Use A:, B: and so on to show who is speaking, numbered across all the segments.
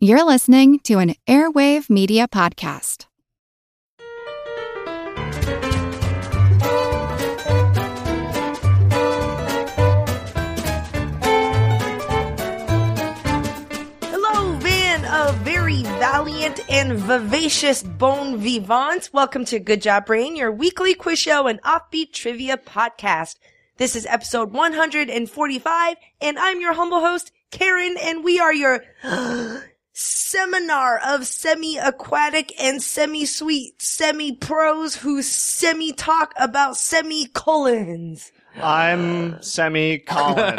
A: You're listening to an Airwave Media Podcast.
B: Hello, Van, a very valiant and vivacious bon vivant. Welcome to Good Job Brain, your weekly quiz show and offbeat trivia podcast. This is episode 145, and I'm your humble host, Karen, and we are your seminar of semi-aquatic and semi-sweet semi-pros who semi-talk about semicolons.
C: I'm Semi Colin.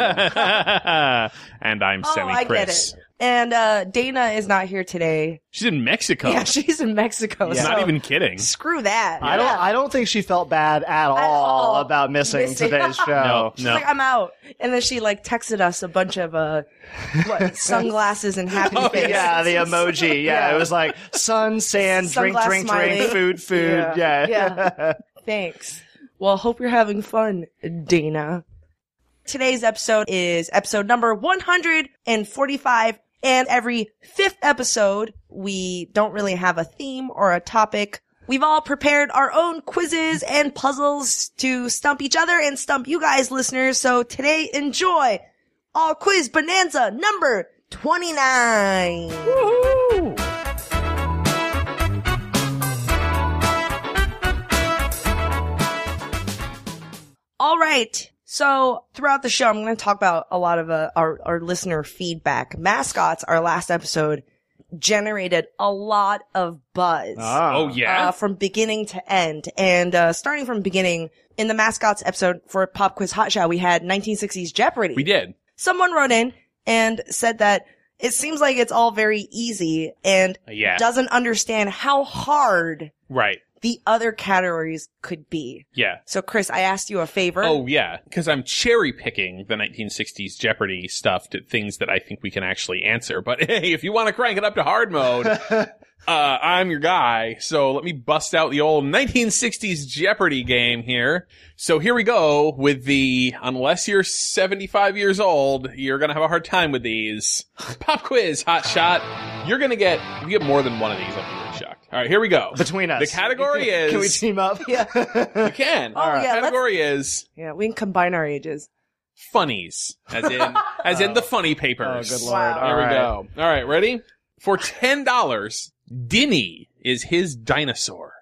D: and I'm
B: Oh,
D: Sammy
B: I get
D: Chris.
B: it. And uh, Dana is not here today.
D: She's in Mexico.
B: Yeah, she's in Mexico.
C: Yeah.
D: not
B: so
D: even kidding.
B: Screw that.
C: I don't.
B: Yeah.
C: I don't think she felt bad at all
B: all.
C: about missing,
B: Missing.
C: today's show.
D: No,
B: She's
D: no.
B: like, I'm out. And then she like texted us a bunch of uh what sunglasses and happy face.
C: Oh, Yeah, the emoji. Yeah, it was like sun, sand,
B: Sunglass
C: drink, drink,
B: smiley.
C: drink, food, food.
B: Yeah.
C: Yeah.
B: Thanks. Well, hope you're having fun, Dana. Today's episode is episode number 145. And every fifth episode, we don't really have a theme or a topic. We've all prepared our own quizzes and puzzles to stump each other and stump you guys, listeners. So today, enjoy all quiz bonanza number 29. All right. So throughout the show, I'm going to talk about a lot of uh, our, our listener feedback. Mascots, our last episode, generated a lot of buzz.
C: Ah.
D: oh
B: Uh,
D: yeah.
B: from beginning to end. And, uh, starting from beginning, in the mascots episode for Pop Quiz Hot Shot, we had 1960s Jeopardy!
D: we did.
B: Someone wrote in and said that it seems like it's all very easy and
D: Yeah.
B: doesn't understand how hard
D: right.
B: the other categories could be.
D: Yeah.
B: So Chris, I asked you a favor.
D: Oh yeah, because I'm cherry picking the 1960s Jeopardy stuff to things that I think we can actually answer. But hey, if you want to crank it up to hard mode, uh, I'm your guy. So let me bust out the old 1960s Jeopardy game here. So here we go with the unless you're 75 years old, you're gonna have a hard time with these. Pop quiz, hot shot. You're gonna get if you get more than one of these. I'll be really shocked. All right, here we go.
C: Between us,
D: the category is
C: Can we team up? Yeah.
D: you can.
B: Oh, yeah, let's-
D: category is
B: Yeah, we can combine our ages.
D: funnies, as in as in the funny papers.
C: Oh, good lord.
B: Wow.
D: There we
C: All
D: go. All right, ready? For ten dollars, Dinny is his dinosaur.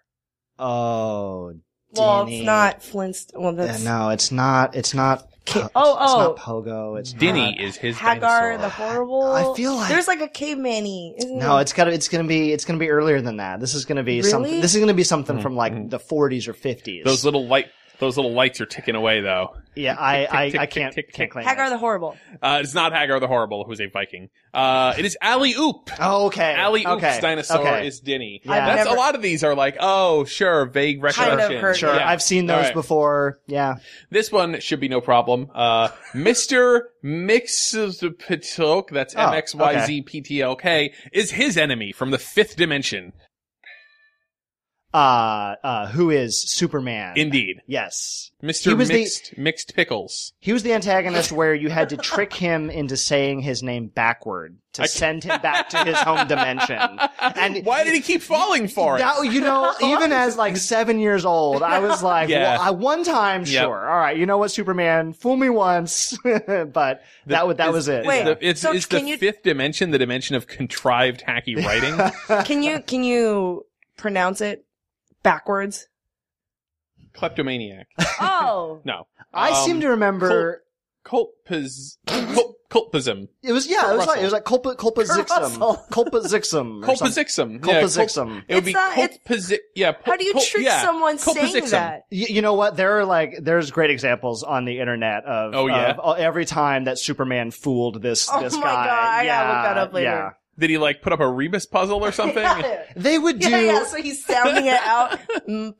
C: Oh.
B: Well,
C: Dinny.
B: it's not Flintstone. Well,
C: Yeah,
B: that's
C: no, it's not. It's not.
B: Ki-
C: po-
B: oh,
C: it's
B: oh.
C: not Pogo. It's
D: Dinny
C: not-
D: is his
B: Hagar the
D: dinosaur.
B: Horrible.
C: I feel like-
B: there's like a caveman-y. Isn't
C: No,
B: there?
C: it's gotta. It's gonna be. It's gonna be earlier than that. This is gonna be
B: Really?
C: something. This is gonna be something
D: Mhm,
C: from like
D: mhm.
C: the 40s or 50s.
D: Those little light, those little lights are ticking away though.
C: yeah, I,
D: tick, tick,
C: I, I
D: tick,
C: can't,
D: tick, tick.
C: can't claim it.
B: Hagar the Horrible.
D: Uh, it's not Hagar the Horrible, who's a Viking. Uh, it is Alley Oop.
C: Oh, okay.
D: Alley Oop's
C: okay.
D: dinosaur
C: okay.
D: is Dinny.
C: Yeah. I've
D: That's
B: never-
D: a lot of these are like, oh, sure, vague recollection.
B: heard
C: Sure,
D: Yeah.
C: I've seen
D: All
C: those
D: right.
C: before. Yeah.
D: This one should be no problem. Uh, Mr. Mixpitoke, that's
C: Oh,
D: M-X-Y-Z-P-T-L-K, is his enemy from the fifth dimension.
C: Uh, uh, who is Superman?
D: Indeed.
C: yes. He
D: Mr.
C: was the-
D: Mixed, Mixed Pickles.
C: He was the antagonist where you had to trick him into saying his name backward to send him back to his home dimension. And
D: Why did he keep falling for it?
C: Now, you know, even as like seven years old, I was like,
D: Yeah.
C: well, I, one time,
D: Yep.
C: sure. All right. You know what, Superman? Fool me once. but that, was that
D: Is-
C: was it.
D: is
B: Wait,
D: the, it's,
B: so
D: is
B: can
D: the
B: you-
D: fifth dimension the dimension of contrived hacky writing?
B: Can you can you pronounce it backwards?
D: Kleptomaniac.
B: Oh,
D: No.
C: I
D: Um,
C: seem to remember.
D: Culpiz... Culp- culpism.
C: It was yeah.
D: Kurt
C: it was like
D: Russell.
C: it was like culpa culpa
B: Kurt Russell.
C: zixum culpa zixum or
D: Culpazixum.
C: something.
D: Yeah,
C: Culpazixum.
D: culp- It would be
B: It's not- it's-
D: culpazi- Yeah.
B: how do you
D: cul-
B: trick
D: yeah.
B: someone saying
D: Culpazixum.
B: that?
C: Y- You know what? There are like there's great examples on the internet of
D: Oh, yeah?
C: of all- every time that Superman fooled this
B: Oh
C: this
B: my
C: guy.
B: God, I gotta
C: yeah,
B: look that up later.
C: Yeah.
D: Did he like put up a Rebus puzzle or something?
C: They would do
B: Yeah, yeah. uh, So he's sounding it out.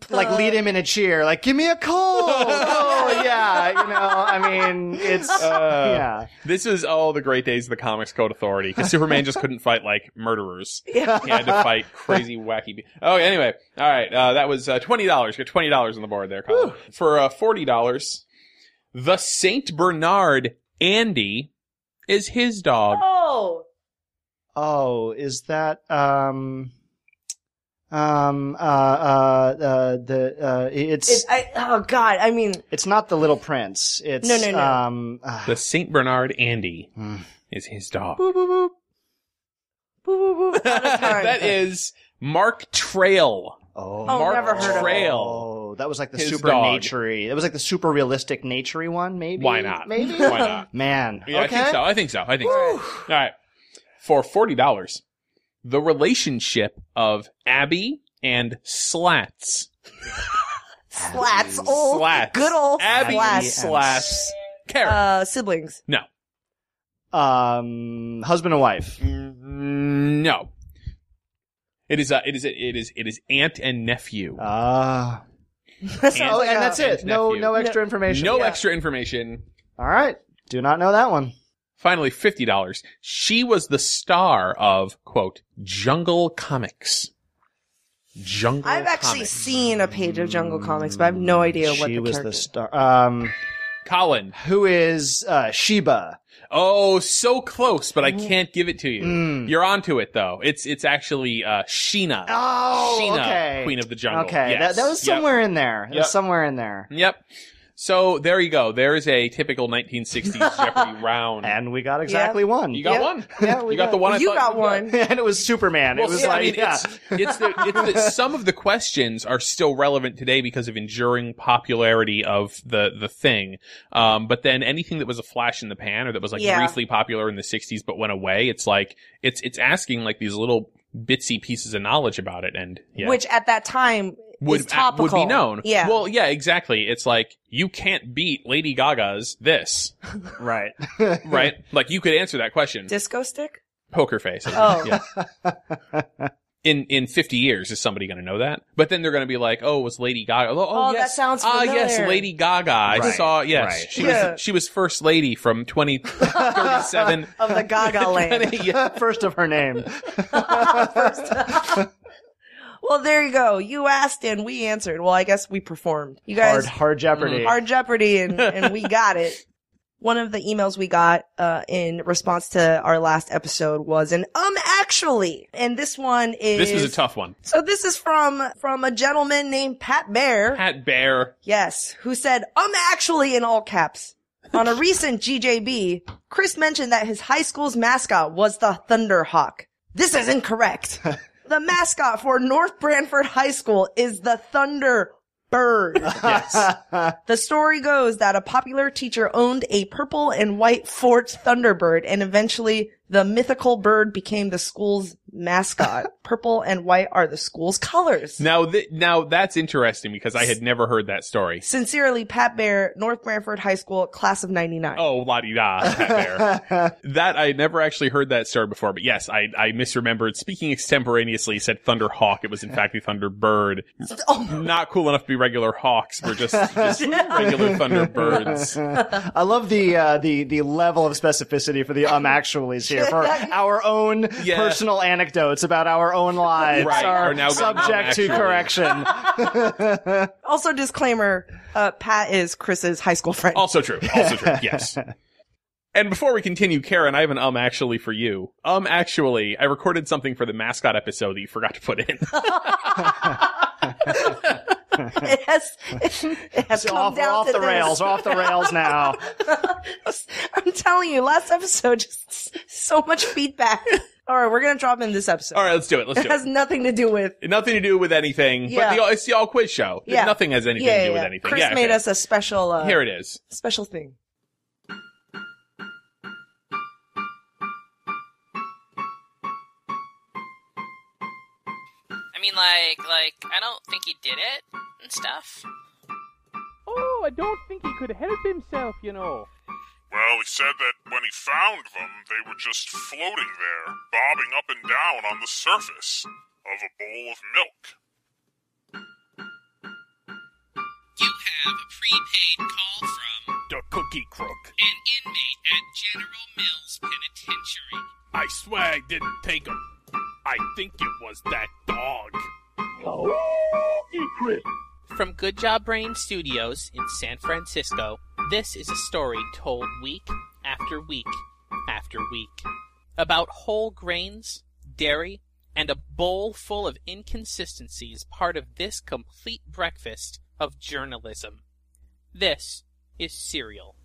C: like lead him in a cheer, like give me a cold. oh yeah, you know. I mean, it's
D: Uh,
C: yeah.
D: This is all the great days of the Comics Code Authority because Superman just couldn't fight like murderers. He had to fight crazy wacky. Be- oh, anyway, all right. Uh, that was uh, twenty dollars. Got twenty dollars on the board there, Colin. For uh, forty dollars, the Saint Bernard Andy is his dog.
B: Oh,
C: Oh, is that um um uh uh, uh the uh it's
B: It's,
C: it's,
B: I, oh God, I mean,
C: not the Little Prince. It's
B: No, no, no.
C: um ah,
D: The Saint Bernard Andy
C: hmm.
D: is his dog.
B: boop, boop, boop. Boop, boop, boop. Out of time.
D: that is Mark Trail.
C: oh,
B: Mark never heard of it.
D: Trail.
C: Oh, that was like the
D: His
C: super
D: dog.
C: naturey. That was like the super realistic naturey one. Maybe
D: Why not?
C: Maybe
D: Why not?
C: man.
D: Yeah,
C: okay.
D: I think so. I think so. I think so.
B: Whew.
D: All right. For forty dollars, the relationship of Abby and Slats.
B: Slats. Old,
D: Slats.
B: Oh, Good old
D: Abby and
B: slats.
D: Slats. Karen.
B: Uh, siblings.
D: no.
C: Um, husband and wife.
D: Mm, No. It is. Uh, it is. It is. It is aunt and nephew.
B: Uh,
C: Ah.
B: Sounds
D: And-
C: oh,
B: like
C: and
B: a-
C: that's it. No,
D: Nephew.
C: no extra information.
D: no
B: yeah.
D: extra information.
C: All right. Do not know that one.
D: Finally, fifty dollars. She was the star of quote Jungle Comics. Jungle.
B: I've actually
D: Comics.
B: seen a page of Jungle Comics, but I have no idea what
C: she
B: the
C: was
B: character.
C: the star. Um,
D: Colin.
C: who is uh, Sheba?
D: Oh, so close, but I can't give it to you.
C: Mm.
D: You're onto it though. It's it's actually uh, Sheena.
C: Oh,
D: Sheena,
C: okay.
D: Queen of the Jungle.
C: Okay,
D: Yes.
C: that, that was
D: Yep.
C: somewhere in there. That was
D: Yep.
C: somewhere in there.
D: Yep. So there you go. There is a typical 1960s Jeopardy round.
C: And we got exactly one.
D: Mm-hmm. you got
B: Yeah.
D: one.
C: Yeah, we
D: you got,
C: got-
D: the one. I
B: you
D: thought
B: got
D: you
B: one.
C: and it was Superman.
D: Well,
C: it was
D: yeah,
C: like,
D: I mean,
C: yeah.
D: it's, it's the, it's the, some of the questions are still relevant today because of enduring popularity of the, the thing. Um, but then anything that was a flash in the pan or that was like
B: Yeah.
D: briefly popular in the 60s but went away, it's like, it's, it's asking like these little bitsy pieces of knowledge about it. And yeah.
B: Which at that time
D: would,
B: is topical.
D: would be known.
B: Yeah.
D: Well, yeah, exactly. It's like, you can't beat Lady Gaga's this,
C: right.
D: right? like, you could answer that question.
B: Disco stick?
D: Poker face.
B: Oh.
D: Yeah. in in 50 years is somebody going to know that but then they're going to be like oh it was lady gaga oh,
B: Oh, that
D: yes.
B: sounds
D: ah yes
B: familiar.
D: lady gaga i
C: Right,
D: saw yes
C: right.
D: she
B: Yeah.
D: was she was first lady from 2037
B: Of the Gaga land.
C: First of her name.
B: Well, there you go. You asked and we answered. Well, I guess we performed. You
C: Hard,
B: guys
C: hard Jeopardy.
D: Mm-hmm.
B: Hard Jeopardy, and, and we got it. One of the emails we got uh, in response to our last episode was an um actually, and this one is
D: this was a tough one
B: So this is from from a gentleman named Pat Bear,
D: pat bear
B: yes, who said um actually in all caps. On a recent GJB, Chris mentioned that his high school's mascot was the Thunderhawk. This is incorrect. the mascot for North Branford High School is the Thunder Bird.
D: yes
B: The story goes that a popular teacher owned a purple and white Fort Thunderbird and eventually the mythical bird became the school's mascot. purple and white are the school's colors.
D: now th- now that's interesting because i had never heard that story
B: Sincerely, Pat Bear, North Branford High School, class of 99.
D: oh la di da pat bear that i had never actually heard that story before but yes i i misremembered speaking extemporaneously said thunder hawk it was in fact the thunder bird
B: Oh,
D: not cool enough to be regular hawks we're just, just regular thunderbirds
C: I love the uh, the the level of specificity for the um actuallys here for our own
D: Yeah.
C: personal anecdotes about our own lives
D: Right,
C: are
D: are now
C: subject to
D: getting um
C: correction.
B: also disclaimer, uh, Pat is Chris's high school friend.
D: Also true. Also true. Yes. And before we continue, Karen, I have an um actually for you. Um actually, I recorded something for the mascot episode that you forgot to put in.
B: It has, it has
C: So
B: come
C: off, we're
B: down
C: off
B: to
C: the
B: this.
C: rails. We're off the rails now.
B: I'm telling you, last episode, just so much feedback. All right, we're going to drop in this episode.
D: All right, let's do it. Let's
B: It
D: do
B: has
D: it.
B: nothing to do with.
D: Nothing to do with anything,
B: Yeah.
D: but the, all- it's the all quiz show.
B: Yeah.
D: Nothing has anything
B: yeah,
D: to do
B: yeah,
D: with
B: yeah.
D: anything.
B: Chris
D: yeah,
B: made
D: okay.
B: us a special, uh,
D: Here it is.
B: special thing.
E: I mean, like, like I don't think he did it and stuff.
F: Oh, I don't think he could help himself, you know.
G: Well, it said that when he found them, they were just floating there, bobbing up and down on the surface of a bowl of milk.
E: You have a prepaid call from
F: The cookie crook.
E: an inmate at General Mills Penitentiary.
F: I swear I didn't take him. I think it was that dog.
E: From Good Job Brain Studios in San Francisco, this is a story told week after week after week. about whole grains, dairy, and a bowl full of inconsistencies part of this complete breakfast of journalism. This is cereal.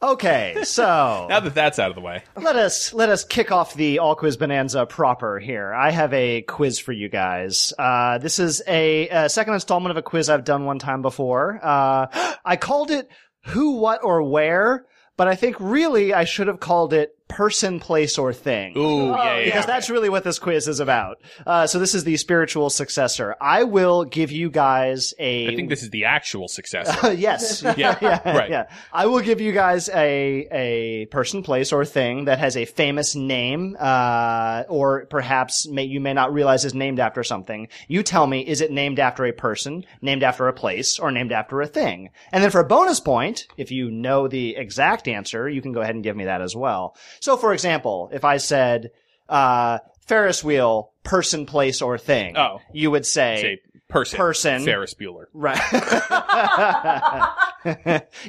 C: Okay, so
D: Now that that's out of the way,
C: let us let us kick off the all quiz bonanza proper here. I have a quiz for you guys. Uh, this is a, a second installment of a quiz I've done one time before. Uh, I called it "Who, What, or Where," but I think really I should have called it "Person, Place, or Thing."
D: ooh, yeah, yeah,
C: because
D: yeah.
C: that's really what this quiz is about. Uh, so this is the spiritual successor. I will give you guys a.
D: I think this is the actual successor.
C: yes.
D: Yeah,
C: yeah,
D: right.
C: yeah. I will give you guys a a person, place, or thing that has a famous name, uh, or perhaps may, you may not realize is named after something. You tell me, is it named after a person, named after a place, or named after a thing? And then for a bonus point, if you know the exact answer, you can go ahead and give me that as well. So, for example, if I said uh, Ferris wheel, person, place, or thing,
D: Oh.
C: you would say.
D: Say person,
C: Person.
D: Ferris Bueller.
C: Right.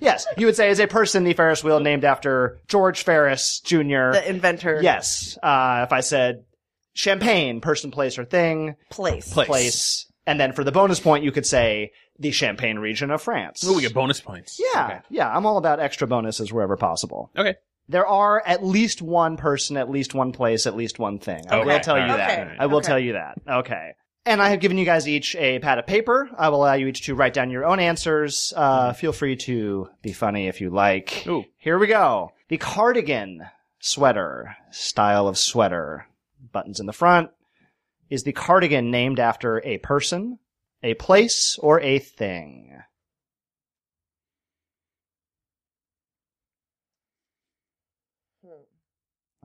C: yes, you would say is a person the Ferris wheel named after George Ferris Jr.
B: The inventor.
C: yes. Uh, if I said champagne, person, place, or thing,
B: Place.
D: Place.
C: and then for the bonus point, you could say the Champagne region of France.
D: Ooh, we get bonus points.
C: Yeah,
D: Okay.
C: yeah. I'm all about extra bonuses wherever possible.
D: Okay.
C: There are at least one person, at least one place, at least one thing. I will
D: Okay.
C: tell you
D: Okay.
C: that.
D: Okay.
C: I will
B: Okay.
C: tell you that. Okay. And I have given you guys each a pad of paper. I will allow you each to write down your own answers. Uh, feel free to be funny if you like.
D: Ooh.
C: Here we go. The cardigan sweater, style of sweater, buttons in the front. Is the cardigan named after a person, a place, or a thing?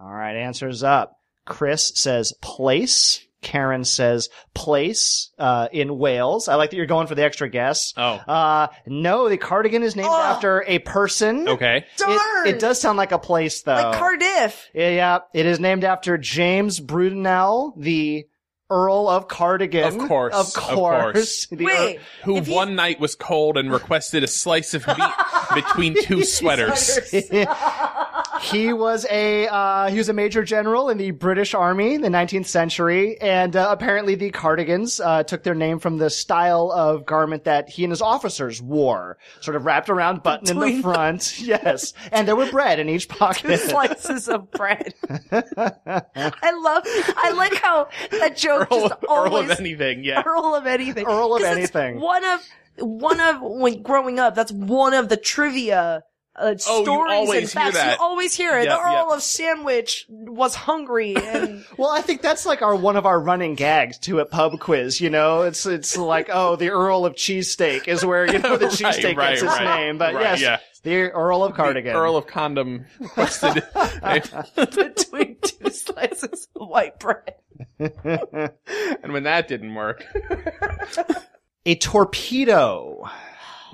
C: All right, answers up. Chris says place. Karen says place uh, in Wales. I like that you're going for the extra guess.
D: Oh.
C: Uh, no, the cardigan is named
B: Oh.
C: after a person.
D: Okay.
B: Darn!
C: It, it does sound like a place, though.
D: uh,
B: Like Cardiff.
C: yeah, yeah. It is named after James Brudenell, the Earl of Cardigan.
D: Of course,
C: Of
D: of
C: course.
D: course.
C: The
B: Wait.
D: Who
B: If he-
D: one night was cold and requested a slice of meat between two sweaters.
C: he was a uh, he was a major general in the British Army in the 19th century, and uh, apparently the cardigans uh, took their name from the style of garment that he and his officers wore, sort of wrapped around button in the
B: Between-
C: front. yes, and there were bread in each pocket.
B: slices of bread. I love. I like how that joke
D: Earl,
B: just
D: of- Earl
B: always
D: of anything, yeah.
B: Earl of anything.
C: Earl of
B: 'Cause it's
C: anything.
B: One of one of when growing up, that's one of the trivia. Uh,
D: Oh, you
B: stories and
D: always hear
B: facts. You
D: that.
B: always hear it.
D: Yep,
B: the Earl
D: yep.
B: of Sandwich was hungry and
C: Well, I think that's like our one of our running gags to a pub quiz. You know, it's it's like oh, the Earl of Cheesesteak is where you know the
D: Right,
C: cheesesteak
D: right,
C: gets its
D: right,
C: name, but
D: right,
C: yes,
D: yeah.
C: the Earl of Cardigan.
D: Earl of Condom requested.
B: between two slices of white bread.
D: and when that didn't work.
C: a torpedo.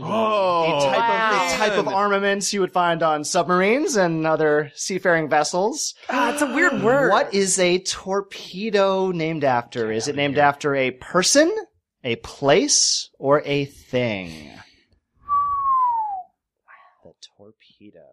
D: Oh,
C: a type of a type of armaments you would find on submarines and other seafaring vessels.
B: Ah, it's a weird word.
C: What is a torpedo named after? Is it named after a person, a place, or a thing? The torpedo.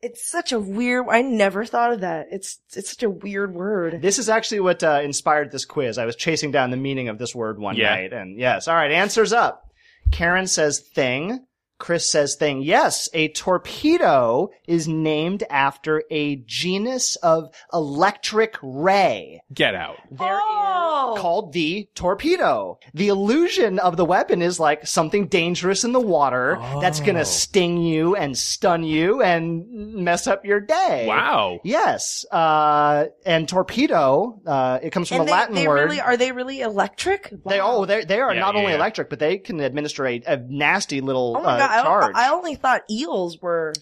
B: It's such a weird. I never thought of that. It's it's such a weird word.
C: This is actually what uh, inspired this quiz. I was chasing down the meaning of this word one
D: Yeah.
C: night, and yes, all right, answers up. Karen says thing. Chris says thing. Yes, a torpedo is named after a genus of electric ray
D: Get out.
B: oh,
C: called the torpedo. The illusion of the weapon is like something dangerous in the water that's
D: Oh.
C: going to sting you and stun you and mess up your day.
D: Wow.
C: Yes, uh, and torpedo. Uh, it comes from
B: and
C: a
B: they,
C: Latin
B: they
C: word.
B: really are they really electric?
C: They
B: Wow.
C: oh they they are
D: Yeah,
C: not
D: yeah,
C: only
D: yeah.
C: electric, but they can administer a, a nasty little
B: Oh my
C: uh,
B: god! I,
C: charge.
B: don't- I only thought eels were.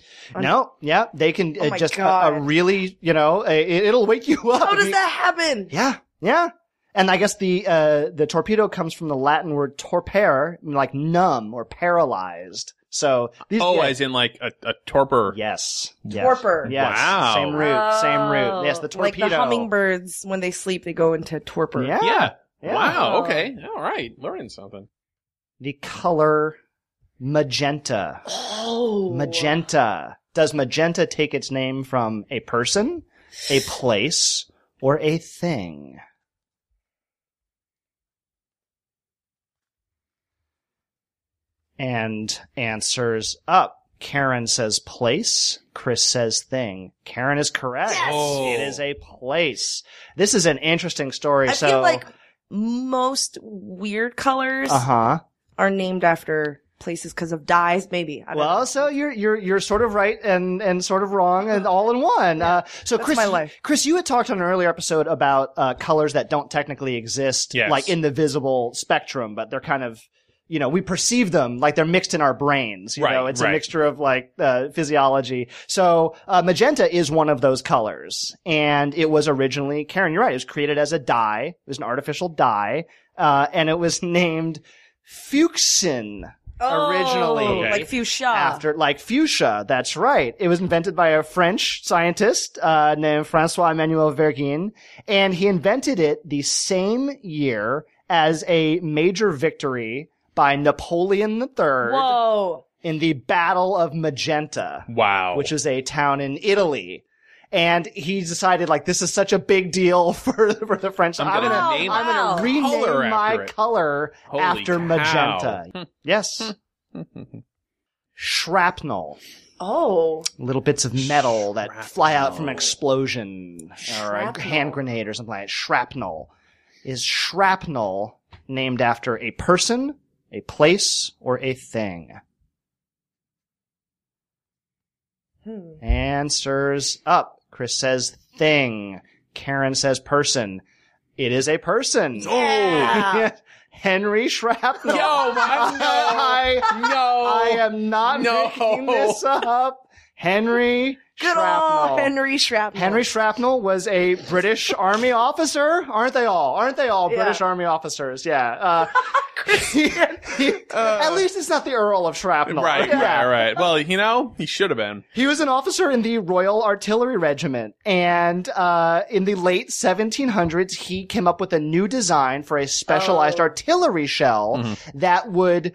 C: no, yeah, they can
B: Oh
C: uh,
B: my
C: just a,
B: God.
C: a really you know a, it- it'll wake you up.
B: How does
C: You-
B: that happen?
C: Yeah, yeah. And I guess the uh, the torpedo comes from the Latin word torpere, like numb or paralyzed. So these
D: Oh,
C: yeah.
D: as in like a, a torpor.
C: yes, yes,
B: Torpor.
C: Yes,
D: Wow.
C: same root, same
B: Oh,
C: root. Yes, the torpedo.
B: Like the hummingbirds when they sleep, they go into torpor.
C: Yeah.
D: Yeah.
C: yeah.
D: Wow. Okay. All right. Learning something.
C: The color magenta.
B: Oh.
C: Magenta Does magenta take its name from a person, a place, or a thing? And answers up. Karen says place. Chris says thing. Karen is correct.
D: Yes!
C: It is a place. This is an interesting story.
B: I
C: so,
B: feel like most weird colors
C: uh huh.
B: are named after places because of dyes. Maybe. I don't
C: Well,
B: know.
C: so you're you're you're sort of right and and sort of wrong and all in one. Uh, so
B: That's
C: Chris,
B: my life.
C: Chris, you had talked on an earlier episode about uh, colors that don't technically exist,
D: Yes.
C: like in the visible spectrum, but they're kind of you know we perceive them like they're mixed in our brains. You
D: Right,
C: know, it's a
D: right.
C: mixture of like uh, physiology. So uh, magenta is one of those colors, and it was originally Karen. You're right. It was created as a dye. It was an artificial dye, uh, and it was named fuchsin originally-
B: Oh,
D: Okay.
B: like fuchsia.
C: after like fuchsia. That's right. It was invented by a French scientist uh, named Francois Emmanuel Vergin, and he invented it the same year as a major victory by Napoleon III
B: Whoa.
C: in the Battle of Magenta
D: Wow.
C: which is a town in Italy. And he decided like this is such a big deal for for the French.
D: I'm gonna name
C: I'm
B: it.
C: gonna rename
D: Color after
C: my
D: it.
C: color
D: Holy
C: after
D: cow.
C: magenta. yes, shrapnel,
B: Oh.
C: little bits of metal that fly out from
D: Shrapnel.
C: an explosion or a
B: Shrapnel.
C: hand grenade or something like that. Shrapnel is shrapnel named after a person, a place, or a thing.
B: Hmm.
C: Oh. Answers up. Chris says thing. Karen says person. It is a person.
B: Yeah.
C: Henry Shrapnel.
D: Yo, my-
C: I,
D: no.
C: I am not
D: No.
C: making this up. Henry
B: Good
C: Shrapnel.
B: old Henry Shrapnel.
C: Henry Shrapnel was a British Army officer, aren't they all? Aren't they all
B: Yeah.
C: British Army officers? Yeah. Uh, he- he- at least it's not the Earl of Shrapnel.
D: Uh, Right,
C: Yeah.
D: right, right. Well, you know, he should have been.
C: He was an officer in the Royal Artillery Regiment, and uh, in the late 1700s, he came up with a new design for a specialized
B: Oh.
C: artillery shell that would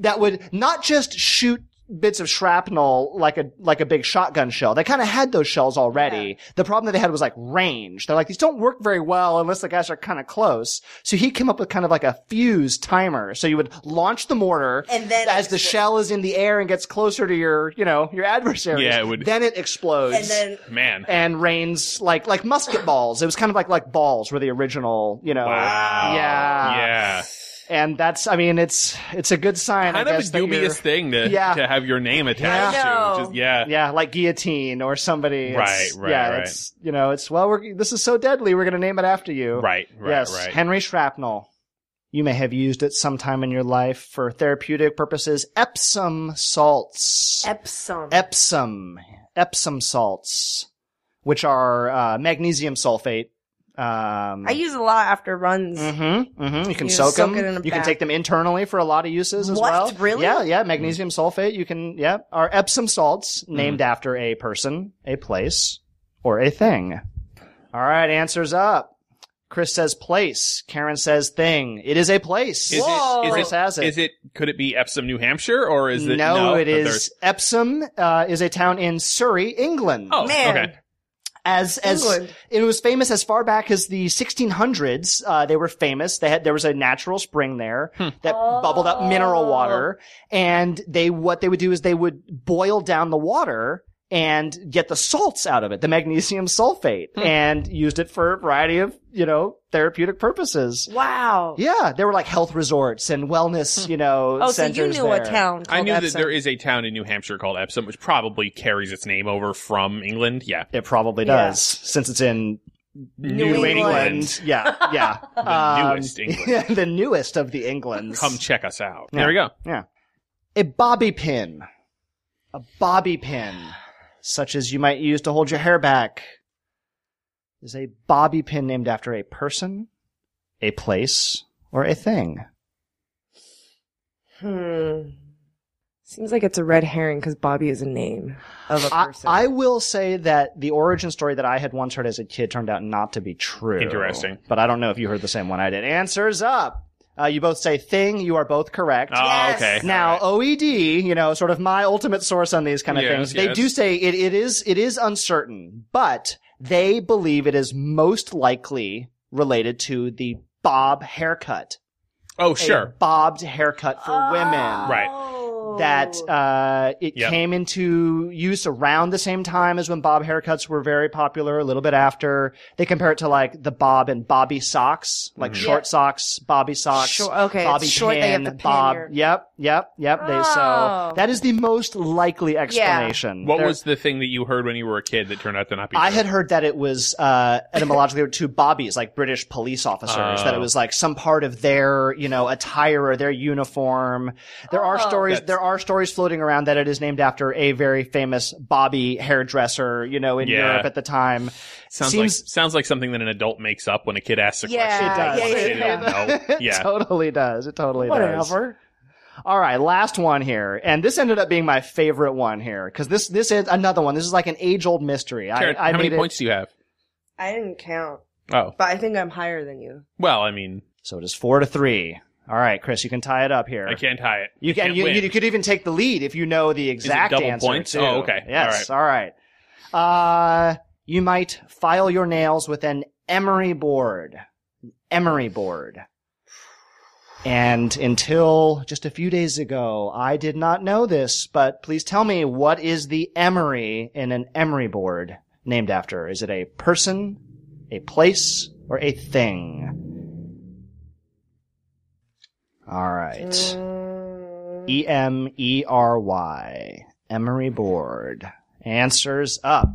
C: that would not just shoot bits of shrapnel like a like a big shotgun shell. They kind of had those shells already. The problem that they had was like range. They're like these don't work very well unless the guys are kind of close. So he came up with kind of like a fuse timer. So you would launch the mortar
B: And then
C: as the
B: explode.
C: shell is in the air and gets closer to your, you know, your adversary.
D: Yeah, it would-
C: Then it explodes.
B: And then
D: Man.
C: and rains like like musket balls. It was kind of like like balls were the original, you know.
D: Wow.
C: Yeah.
D: Yeah.
C: And that's I mean it's it's a good sign.
D: Kind
C: I
D: of
C: guess
D: a
C: that
D: dubious
C: you're-
D: thing to,
C: Yeah.
D: to have your name attached
B: Yeah.
D: to. Just, yeah.
C: Yeah, like guillotine or somebody. It's-
D: Right, right,
C: yeah,
D: right.
C: It's, you know, it's well, we're this is so deadly. We're gonna name it after you.
D: Right, right,
C: yes,
D: right.
C: Henry Shrapnel. You may have used it sometime in your life for therapeutic purposes. Epsom salts.
B: Epsom.
C: Epsom, Epsom salts, which are uh, magnesium sulfate. Um,
B: I use it a lot after runs.
C: Mm-hmm, mm-hmm. You can
B: You
C: soak
B: soak
C: them.
B: it in a
C: you can
B: bath.
C: take them internally for a lot of uses as
B: What?
C: well.
B: Really?
C: Yeah, yeah. Magnesium sulfate. You can. Yeah, are Epsom salts
B: Mm-hmm.
C: named after a person, a place, or a thing? All right, answers up. Chris says place. Karen says thing. It is a place.
D: Is
B: Whoa.
D: it,
C: Chris
D: is,
C: has
D: it,
C: it.
D: is it, could it be Epsom, New Hampshire, or is it?
C: no, it
D: but
C: is
D: there's-
C: Epsom. Uh, is a town in Surrey, England.
D: Oh,
B: Man.
D: okay.
C: as as
B: England.
C: it was famous as far back as the 1600s. Uh, they were famous. They had there was a natural spring there that bubbled up
B: Oh.
C: mineral water, and they what they would do is they would boil down the water and get the salts out of it, the magnesium sulfate, and used it for a variety of you know therapeutic purposes.
B: Wow.
C: Yeah, there were like health resorts and wellness, you know.
B: Oh, so you
C: centers
B: knew
C: there.
B: a town.
D: I
C: Oh,
B: called
D: knew that
B: Epsom.
D: there is a town in New Hampshire called Epsom, which probably carries its name over from England. Yeah.
C: It probably
B: Yeah.
C: does, since it's in
B: New England.
C: Yeah, yeah.
D: The newest England.
C: yeah, the newest of the Englands.
D: Come check us out.
C: Yeah.
D: There we go.
C: a bobby pin. A bobby pin, such as you might use to hold your hair back, is a bobby pin named after a person, a place, or a thing.
B: Hmm. Seems like it's a red herring because Bobby is a name of a
C: I,
B: person.
C: I will say that the origin story that I had once heard as a kid turned out not to be true.
D: Interesting.
C: But I don't know if you heard the same one I did. Answers up. Uh, you both say thing. You are both correct.
D: Oh,
B: Yes.
D: okay.
C: Now,
D: All right.
C: OED, you know, sort of my ultimate source on these kind of
D: Yes,
C: things. They
D: yes.
C: do say it, it is it is uncertain, but they believe it is most likely related to the bob haircut.
D: oh,
C: A
D: sure.
C: bobbed haircut for
B: Oh.
C: women.
D: Right.
C: That uh, it
D: Yep.
C: came into use around the same time as when bob haircuts were very popular, a little bit after. They compare it to like the bob and bobby socks, like
D: Mhm.
C: short socks, bobby socks.
B: Sure. Okay. it's
C: Bobby
B: short.
C: Pin,
B: they have to pin
C: Bob.
B: your-
C: Yep, yep, yep. They so
B: Oh.
C: that is the most likely explanation.
D: What
C: There-
D: was the thing that you heard when you were a kid that turned out to not be?
C: I
D: true?
C: had heard that it was uh, etymologically to Bobbies, like British police officers, that it
D: Oh.
C: was like some part of their, you know, attire or their uniform. There are
B: Oh.
C: stories.
D: That's-
C: There are stories floating around that it is named after a very famous Bobby hairdresser, you know, in
D: Yeah.
C: Europe at the time.
D: sounds like
C: seems-
D: sounds like something that an adult makes up when a kid asks a
B: Yeah,
D: question.
B: yeah,
D: They
B: yeah,
D: don't know.
C: it
D: Yeah.
C: totally does. It totally does.
B: Whatever.
C: All right, last one here, and this ended up being my favorite one here because this this is another one. This is like an age old mystery. I,
D: Karen,
C: I
D: how many
C: made it-
D: points do you have?
B: I didn't count,
D: Oh,
B: but I think I'm higher than you.
D: well, I mean,
C: So it is four to three. All right, Chris, you can tie it up here.
D: I can't tie it.
C: You can.
D: can't
C: You,
D: win.
C: you, could even take the lead if you know the exact
D: double
C: answer.
D: points?
C: too.
D: Oh, okay.
C: Yes. All right. Uh, you might file your nails with an emery board. An emery board. And until just a few days ago, I did not know this, but please tell me what is the emery in an emery board named after? Is it a person, a place, or a thing? All right. E M E R Y. Emery Board. Answers up.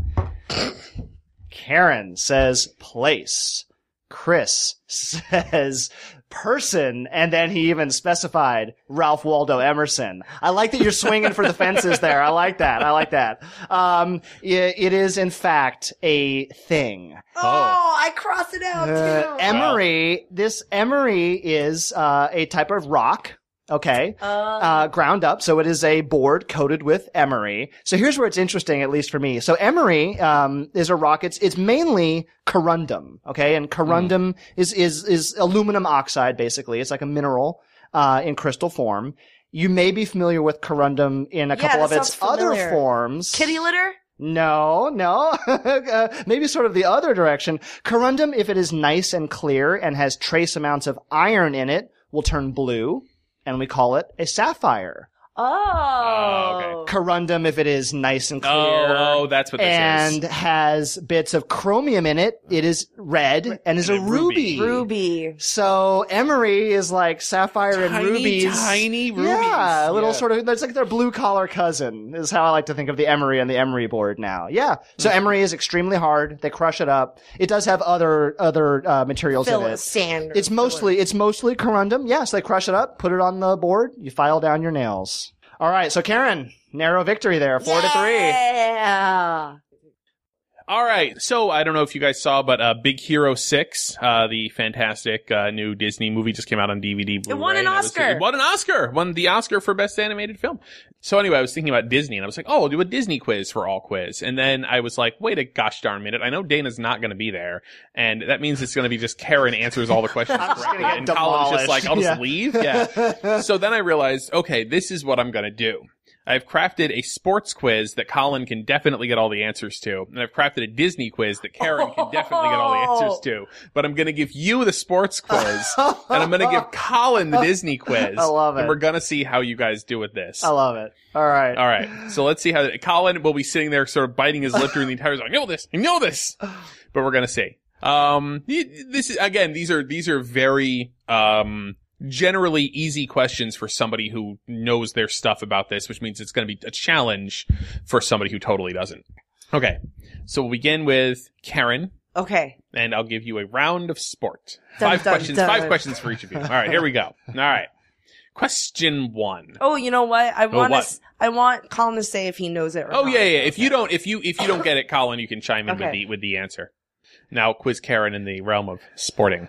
C: Karen says place. Chris says person. And then he even specified Ralph Waldo Emerson. I like that you're swinging for the fences there. I like that. I like that. Um, it, it is in fact a thing.
B: Oh,
D: Oh.
B: I crossed it out
C: Uh,
B: too.
C: emery, this emery is, uh, a type of rock. Okay uh, ground up. So it is a board coated with emery. So here's where it's interesting, at least for me. So emery um, is a rock. It's it's mainly corundum. Okay, and
B: Hmm.
C: corundum is is is aluminum oxide. Basically, it's like a mineral uh, in crystal form. You may be familiar with corundum in a
B: Yeah,
C: couple
B: that
C: of its
B: sounds familiar.
C: other forms.
B: kitty litter.
C: No, no. Uh, Maybe sort of the other direction. Corundum, if it is nice and clear and has trace amounts of iron in it, will turn blue, and we call it a sapphire.
B: Oh.
D: Oh,
C: Corundum, if it is nice and clear
D: Oh, oh, that's what this
C: and
D: is.
C: has bits of chromium in it, it is red and is a
D: And a ruby.
C: ruby.
B: Ruby.
C: So emery is like sapphire and
D: Tiny,
C: rubies.
D: tiny rubies.
C: Yeah, a little
D: Yeah.
C: sort of. That's like their blue collar cousin is how I like to think of the emery and the emery board now. Yeah. So
D: Mm-hmm.
C: emery is extremely hard. They crush it up. It does have other other uh, materials
B: Fill
C: in
B: it.
C: it.
B: Sand.
C: It's mostly it's mostly corundum. Yes, they crush it up, put it on the board. You file down your nails. All right, so Karen, narrow victory there, four to three.
B: Yeah.
D: All right. So I don't know if you guys saw, but uh, Big Hero Six, uh, the fantastic uh, new Disney movie, just came out on DVD. Blu-ray,
B: won an
D: and I was-
B: Oscar.
D: It won an Oscar. Won the Oscar for best animated film. So anyway, I was thinking about Disney, and I was like, oh, I'll do a Disney quiz for all quiz. And then I was like, wait a gosh darn minute. I know Dana's not going to be there, and that means it's going to be just Karen answers all the questions
C: I'm just gonna
D: correctly.
C: get
D: and Colin's just like, I'll just
C: demolished.
D: leave. Yeah so then I realized, okay, this is what I'm going to do. I've crafted a sports quiz that Colin can definitely get all the answers to, and I've crafted a Disney quiz that Karen can definitely get all the answers to. But I'm going to give you the sports quiz, and I'm going to give Colin the Disney quiz.
C: I love it.
D: And we're going to see how you guys do with this.
C: I love it. All right.
D: all right, so let's see how Colin will be sitting there, sort of biting his lip during the entire. I know this, I know this, but we're gonna see. Um, y- this is again. These are these are very um generally easy questions for somebody who knows their stuff about this, which means it's gonna be a challenge for somebody who totally doesn't. Okay, so we'll begin with Karen,
B: Okay.
D: and I'll give you a round of sport.
B: Dun,
D: five
B: dun,
D: questions.
B: dun.
D: Five questions for each of you. All right, here we go. All right, question one.
B: Oh, you know what? I want
D: what?
B: to. I want Colin to say if he knows it. Or
D: Oh
B: not.
D: yeah, yeah. If you don't, if you if you don't get it, Colin, you can chime in with
B: Okay.
D: the with the answer. Now quiz Karen in the realm of sporting.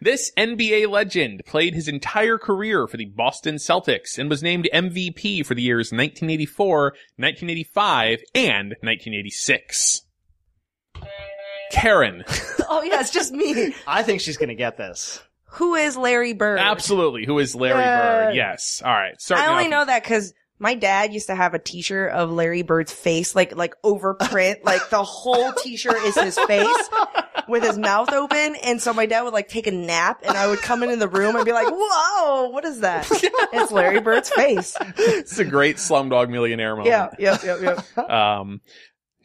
D: this NBA legend played his entire career for the Boston Celtics and was named MVP for the years 1984, 1985, and 1986. Karen,
B: Oh yeah, it's just me.
C: I think she's gonna get this.
B: Who is Larry Bird?
D: Absolutely. Who is Larry
B: Yeah.
D: Bird? Yes. All right. Starting
B: I only
D: off-
B: know that because my dad used to have a T-shirt of Larry Bird's face, like like over print, like the whole T-shirt is his face with his mouth open. And so my dad would like take a nap, and I would come into the room and be like, "Whoa, what is that? it's Larry Bird's face."
D: it's a great Slumdog Millionaire moment.
B: Yeah, yep, yep, yep.
D: Um,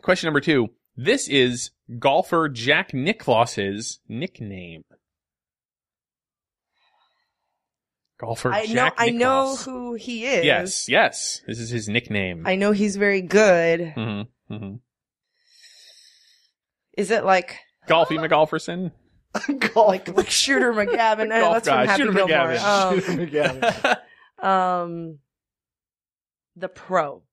D: question number two. This is golfer Jack Nicklaus's nickname. Golfer
B: I know,
D: Jack
B: I know
D: Nicklaus.
B: who he is.
D: Yes, yes. This is his nickname.
B: I know he's very good.
D: Mm-hmm, mm-hmm.
B: Is it like
D: Golfy
B: Oh,
D: McGolferson.
C: Golf.
B: like like Shooter McGavin? Eh,
D: Golf
B: That's from
D: guy,
B: Happy
D: Shooter
B: Gilmore.
D: McGavin.
B: Um, um, the pro.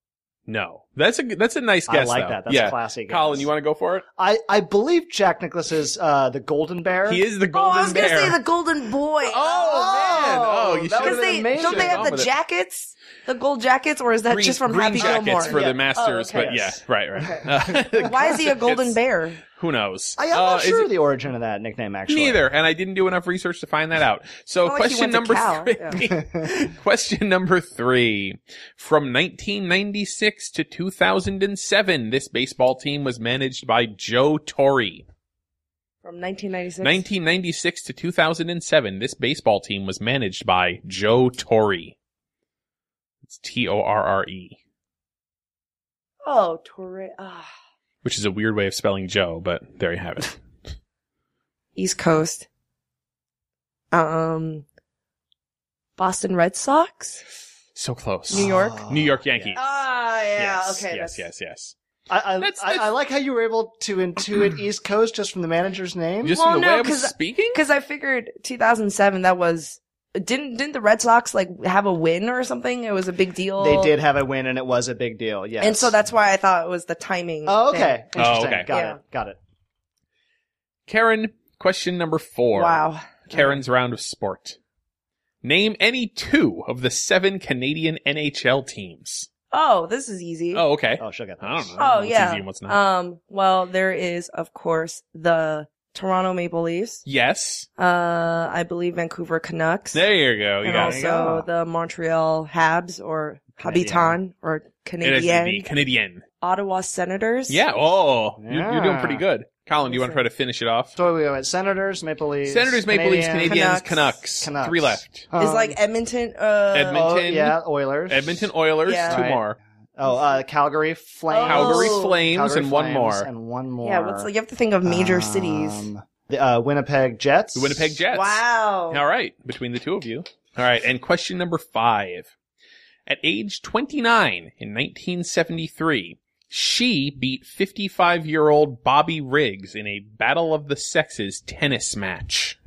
D: no, that's a that's a nice
C: I
D: guess.
C: like
D: though.
C: that. That's
D: yeah.
C: classy. guys.
D: Colin, you want to go for it?
C: I I believe Jack Nicholas is uh, the Golden Bear.
D: He is the golden
B: oh, I was
D: bear.
B: gonna say the Golden Boy.
D: Oh, man! Oh, you should've
C: that
B: because
C: would've been
B: they
C: amazing.
B: don't they have
D: Gone
B: the
D: with it.
B: jackets, the gold jackets, or is that
D: green,
B: just from
D: green
B: Happy
D: jackets
B: Gilmore?
D: for
C: Yeah.
D: the Masters,
B: Oh, okay.
D: but
C: Yes.
D: yeah, right, right. Uh,
B: Why is he a golden
D: jackets.
B: bear?
D: Who knows?
C: I am not
D: Uh, is
C: sure
D: it-
C: of the origin of that nickname actually.
D: Neither, and I didn't do enough research to find that out. So,
B: Not like he
D: question
B: went to
D: number
B: Cal.
D: three. question number three. From 1996 to 2007, this baseball team was managed by Joe Torre.
B: From 1996.
D: 1996 to 2007, this baseball team was managed by Joe Torre. It's T O R R E,
B: oh, Torre. ah.
D: which is a weird way of spelling Joe, but there you have it.
B: East Coast. Um, Boston Red Sox.
D: So close.
B: New York?
C: Oh,
D: New York Yankees.
B: Ah,
D: yes, yes, yes, yes.
C: I, I,
D: That's-
C: I,
D: that's-
C: I like how you were able to intuit East Coast just from the manager's name.
D: Just
B: Well,
D: from the
B: no,
D: way I was
B: 'cause-
D: speaking?
B: Because I figured 2007. That was didn't didn't the Red Sox like have a win or something? It was a big deal.
C: they did have a win, and it was a big deal. Yes,
B: Oh. And so that's why I thought it was the timing.
C: Oh, okay.
B: thing.
D: Oh,
C: Interesting.
D: okay.
C: Got
B: Yeah.
C: it. Got it.
D: Karen, question number four.
B: Wow.
D: Karen's round of sport. Name any two of the seven Canadian NHL teams.
B: Oh, this is easy.
D: Oh, okay.
C: Oh, she'll get that.
D: I don't know.
B: Oh,
D: what's
B: yeah.
D: Easy and what's not.
B: Um, well, there is, of course, the Toronto Maple Leafs.
D: yes.
B: Uh, I believe Vancouver Canucks.
D: There you go. You
B: and
D: got it.
B: also the Montreal Habs or Habitan or
D: It is the
B: Canadian.
D: Canadian.
B: Ottawa Senators.
D: Yeah. Oh, you- You're, doing
C: Yeah.
D: pretty good. Colin, do you want to try to finish it off?
C: So we went Senators, Maple Leafs,
D: Senators, Maple Leafs, Canadians, Canucks.
B: Canucks.
C: Canucks.
D: Three left.
C: Um,
B: Is like Edmonton. Uh,
D: Edmonton.
C: oh, yeah, Oilers,
D: Edmonton Oilers,
B: Yeah.
D: two
C: Right.
D: more.
C: Oh, uh, Calgary Flames,
D: Calgary
B: Oh.
D: Flames,
C: Calgary
D: and one
C: Flames
D: more.
C: and one more.
B: Yeah, what's like, you have to think of major
C: Um,
B: cities.
C: The uh, Winnipeg Jets.
D: the Winnipeg Jets.
B: Wow.
D: All right, between the two of you. All right, and question number five. At age 29 in 1973, she beat 55 year old Bobby Riggs in a Battle of the Sexes tennis match.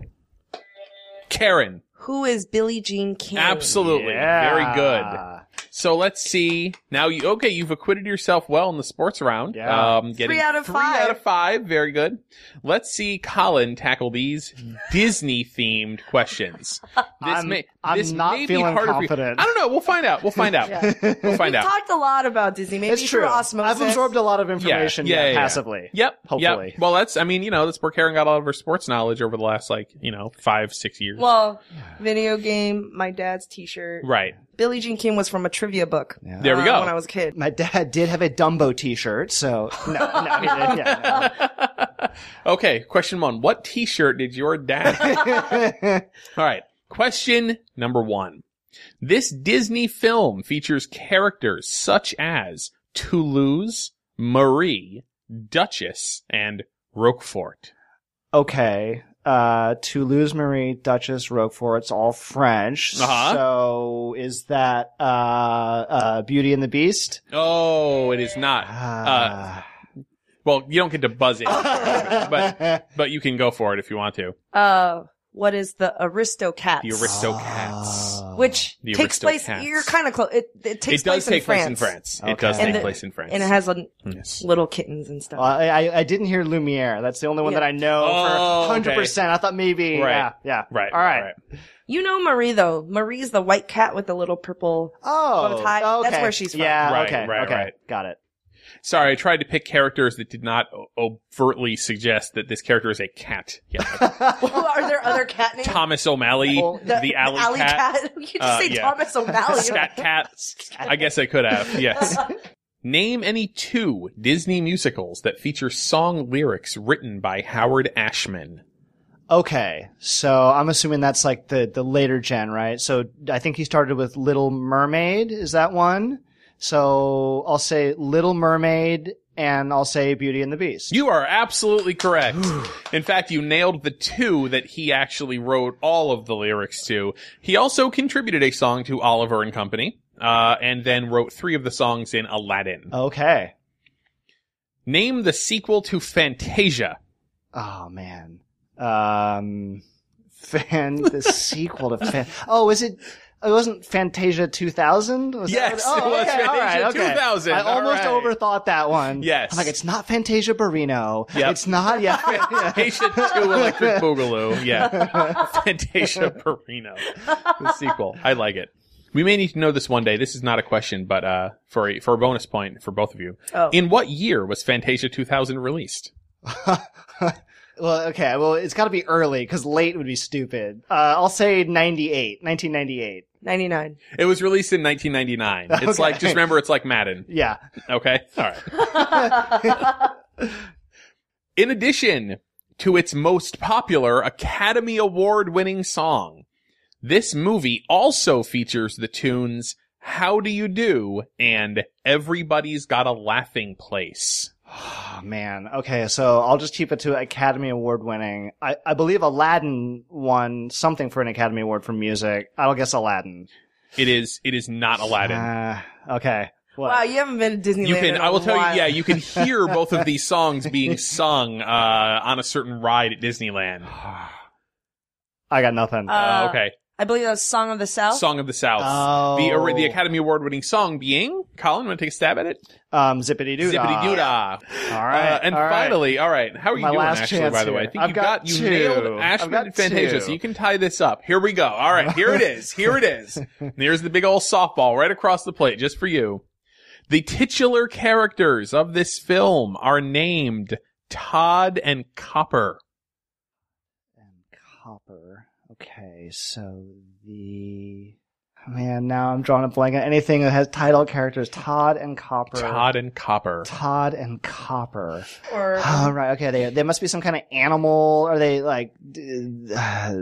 D: Karen.
B: Who is Billie Jean King?
D: Absolutely.
C: Yeah.
D: Very good. So let's see. Now you, okay, you've acquitted yourself well in the sports round.
C: Yeah.
D: Um, getting
B: Three out of five.
D: out of five. Very good. Let's see Colin tackle these Disney themed questions. This
C: I'm-
D: may,
C: I'm
D: this
C: not
D: may
C: feeling
D: be harder
C: confident.
D: For you. I don't know. We'll find out. We'll find out. We'll find
B: We've
D: out.
B: talked a lot about Disney. Maybe
C: It's true.
B: through osmosis.
C: I've absorbed a lot of information
D: yeah,
C: yeah,
D: yeah, yeah.
C: passively.
D: Yep.
C: Hopefully.
D: Yep. Well, that's, I mean, you know, that's where Karen got all of her sports knowledge over the last, like, you know, five, six years.
B: Well, video game, my dad's T-shirt.
D: right.
B: Billie Jean King was from a trivia book.
C: Yeah.
D: There we
B: uh,
D: go.
B: When I was a kid.
C: My dad did have a Dumbo T-shirt, so no, no, he didn't. Yeah,
D: okay. Question one. What t shirt did your dad
C: no.
D: All right. Question number one. This Disney film features characters such as Toulouse, Marie, Duchess, and Roquefort.
C: okay. Uh, Toulouse Marie Duchess Roquefort. It's all French.
D: Uh-huh.
C: So is that uh, uh, Beauty and the Beast? Ah.
D: Oh, it is not. Well, you don't get to buzz it, but but you can go for it if you want to.
B: Uh, what is the Aristocats?
D: The Aristocats.
C: Ah. Uh,
B: Which
D: The
B: takes place.
D: Aristocats.
B: You're kind of close. It, it takes
D: it does
B: place
D: take place
B: in France.
D: in France. It
C: Okay.
D: does
B: And
D: take
B: the-
D: place in France.
B: and it has a,
D: Yes.
B: little kittens and stuff.
C: Well, I, I I didn't hear Lumiere. That's the only one
B: Yeah.
C: that I know
D: Oh,
C: for hundred percent. I thought maybe
D: Right.
C: yeah yeah.
D: Right.
C: All right.
B: you know Marie though. Marie's the white cat with the little purple.
C: Oh,
B: Bow tie. That's
C: okay.
B: where she's from.
C: Yeah,
D: Right,
C: okay,
D: right,
C: okay,
D: right.
C: got it.
D: Sorry, I tried to pick characters that did not o- overtly suggest that this character is a cat. Yeah, like
B: Are there other cat names? Oh,
D: Thomas O'Malley,
C: Well,
D: the, alley, cat,
B: You just
D: Uh,
B: say
D: yeah.
B: Thomas O'Malley.
D: Scat Cat. I guess I could have. Yes. Name any two Disney musicals that feature song lyrics written by Howard Ashman.
C: Okay, so I'm assuming that's like the the later gen, right? So I think he started with Little Mermaid. Is that one? So I'll say Little Mermaid, and I'll say Beauty and the Beast.
D: You are absolutely correct. In fact, you nailed the two that he actually wrote all of the lyrics to. He also contributed a song to Oliver and Company, uh, and then wrote three of the songs in Aladdin.
C: okay?
D: Name the sequel to Fantasia.
C: Oh man, um, fan the sequel to fan. Oh, is it? It wasn't Fantasia 2000. Was that
D: Yes,
C: what- oh,
D: it was
C: okay, all right,
D: Fantasia
C: okay.
D: 2000,
C: I
D: all
C: almost
D: right.
C: overthought that one.
D: Yes.
C: I'm like, it's not Fantasia Barino.
D: Yep.
C: It's not. Yeah.
D: Fantasia 2 Electric Boogaloo. Yeah. Fantasia Perino. The sequel. I like it. We may need to know this one day. This is not a question, but uh, for a, for a bonus point for both of you.
B: Oh.
D: In what year was Fantasia 2000 released?
C: Well, okay. Well, it's got to be early because late would be stupid. Uh, I'll say 98, 1998.
B: 99.
D: It was released in 1999. It's
C: Okay.
D: like, just remember, it's like Madden.
C: Yeah.
D: Okay? All right. In addition to its most popular Academy Award winning song, this movie also features the tunes How Do You Do and Everybody's Got a Laughing Place.
C: Oh, man. Okay. So I'll just keep it to Academy Award winning. I, I believe Aladdin won something for an Academy Award for music. I'll guess Aladdin.
D: It is, it is not Aladdin.
C: Uh, okay. What?
B: Wow, you haven't been to Disneyland.
D: You can,
B: in a
D: I will tell
B: while.
D: you, yeah, you can hear both of these songs being sung, uh, on a certain ride at Disneyland.
C: I got nothing.
D: Uh,
B: Uh,
D: okay.
B: I believe that was Song of the South.
D: Song of the South.
C: Oh.
D: The ori- the Academy Award winning song being Colin. Want to take a stab at it?
C: um, zippity doo.
D: Zippity doo dah.
C: All right.
D: Uh, and
C: all right.
D: finally, all right. How are you
C: My
D: doing,
C: last
D: Ashley?
C: chance
D: By the way, I
C: here.
D: think
C: I've
D: you
C: got
D: you
C: two.
D: nailed
C: I've
D: Ashman
C: got
D: and Fantasia,
C: two.
D: so you can tie this up. Here we go. All right, here it is. Here it is. There's the big old softball right across the plate, just for you. The titular characters of this film are named Todd and Copper.
C: and copper. Okay, so the man. Now I'm drawing a blank on anything that has title characters. Todd and copper.
D: Todd and Copper.
C: Todd and copper.
B: Or
C: Oh, right. Okay. They they must be some kind of animal. Are they like d- uh,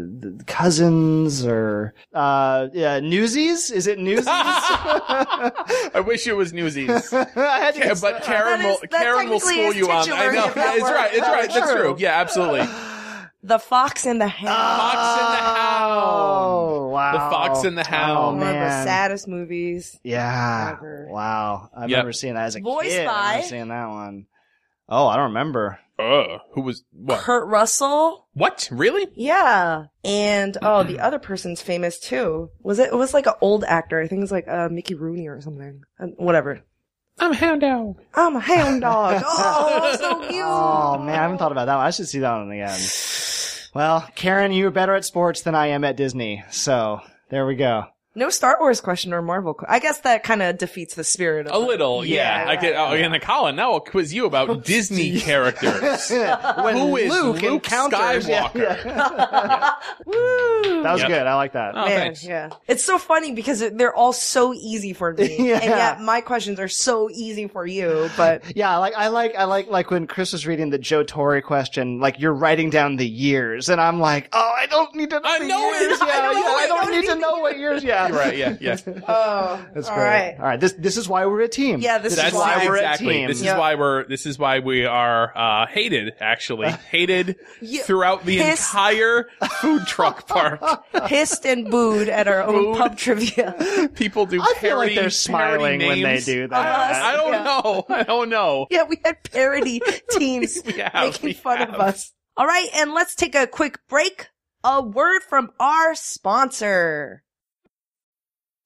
C: cousins or uh, yeah, newsies? Is it newsies? I
D: I wish it was Newsies.
C: had to
D: Yeah,
C: get
D: but
C: stuck.
D: Karen
B: That
D: will
B: is- that
D: Karen will
B: technically
D: school
B: is
D: you on. I
B: titular,
D: know.
B: if that
D: It's
B: were-
D: right. It's
B: that
D: right.
B: were
D: That's true.
B: true.
D: Yeah, absolutely.
B: The Fox and the Hound.
D: Fox and the Hound.
C: Oh, wow.
D: The Fox and the
C: Oh,
D: Hound.
B: One of the
C: man. Ah.
B: saddest movies.
C: Yeah.
B: Ever.
C: Wow. I
D: Yep.
C: remember seeing that as a
B: Voiced
C: kid.
B: by-
C: I remember seeing that one. Oh, I don't remember.
D: Uh, who was what?
B: Kurt Russell.
D: What? Really?
B: Yeah. And oh,
D: Mm-hmm.
B: the other person's famous too. Was it? It was like an old actor. I think it was like uh, Mickey Rooney or something. Um, whatever.
D: I'm Hound
B: I'm a hound dog. Oh, so cute.
C: Oh man, I haven't thought about that one. I should see that one again. Well, Karen, you were better at sports than I am at Disney, so there we go.
B: No Star Wars question or Marvel. que- I guess that kind of defeats the spirit of
D: A little, yeah.
B: Yeah.
D: I get, oh, and Colin, now I'll quiz you about Disney characters.
C: when
D: Who is Luke
C: encounters- yeah,
D: Skywalker?
C: yeah.
B: Woo.
C: That was
D: Yep.
C: good. I like that.
D: Oh,
B: Man,
D: thanks.
B: yeah. It's so funny because it- they're all so easy for me.
C: Yeah.
B: And yet my questions are so easy for you, but
C: Yeah, I like I like I like like when Chris was reading the Joe Torre question, like you're writing down the years, and I'm like, oh, I don't need to know
D: I
C: the
D: know it.
C: years.
D: I
C: Yeah,
D: know
C: yeah,
D: it.
C: I
D: I
C: don't
D: don't
C: need to know what years. Yeah,
D: You're right, yeah, yeah.
B: oh,
C: That's
B: all
C: great.
B: right.
C: All right, this this is why we're a team.
B: Yeah, this
D: That's
B: is why
C: we're a
D: exactly.
C: team.
D: This is
B: Yeah.
D: why we're. This is why we are uh, hated. Actually, hated
B: Yeah.
D: throughout the
B: Hiss.
D: entire food truck park.
B: Pissed and booed at our own
D: Booed.
B: pub trivia.
D: People do.
C: I
D: Parody,
C: feel like they're
D: parody
C: smiling when they
D: names.
C: do
B: us.
C: that.
D: I don't
B: Yeah.
D: know. I don't know.
B: Yeah, we had parody teams
D: We have, we
B: making fun of
D: have.
B: us. All right, and let's take a quick break. A word from our sponsor.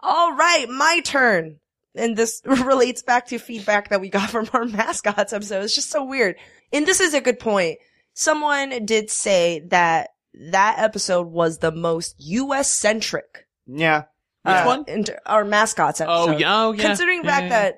B: All right, my turn. And this relates back to feedback that we got from our mascots episode. It's just so weird. And this is a good point. Someone did say that that episode was the most US centric.
C: Yeah.
D: Which one?
B: our mascots episode.
D: Oh, yeah. Oh, yeah.
B: Considering the
D: Yeah,
B: fact
D: yeah,
B: that,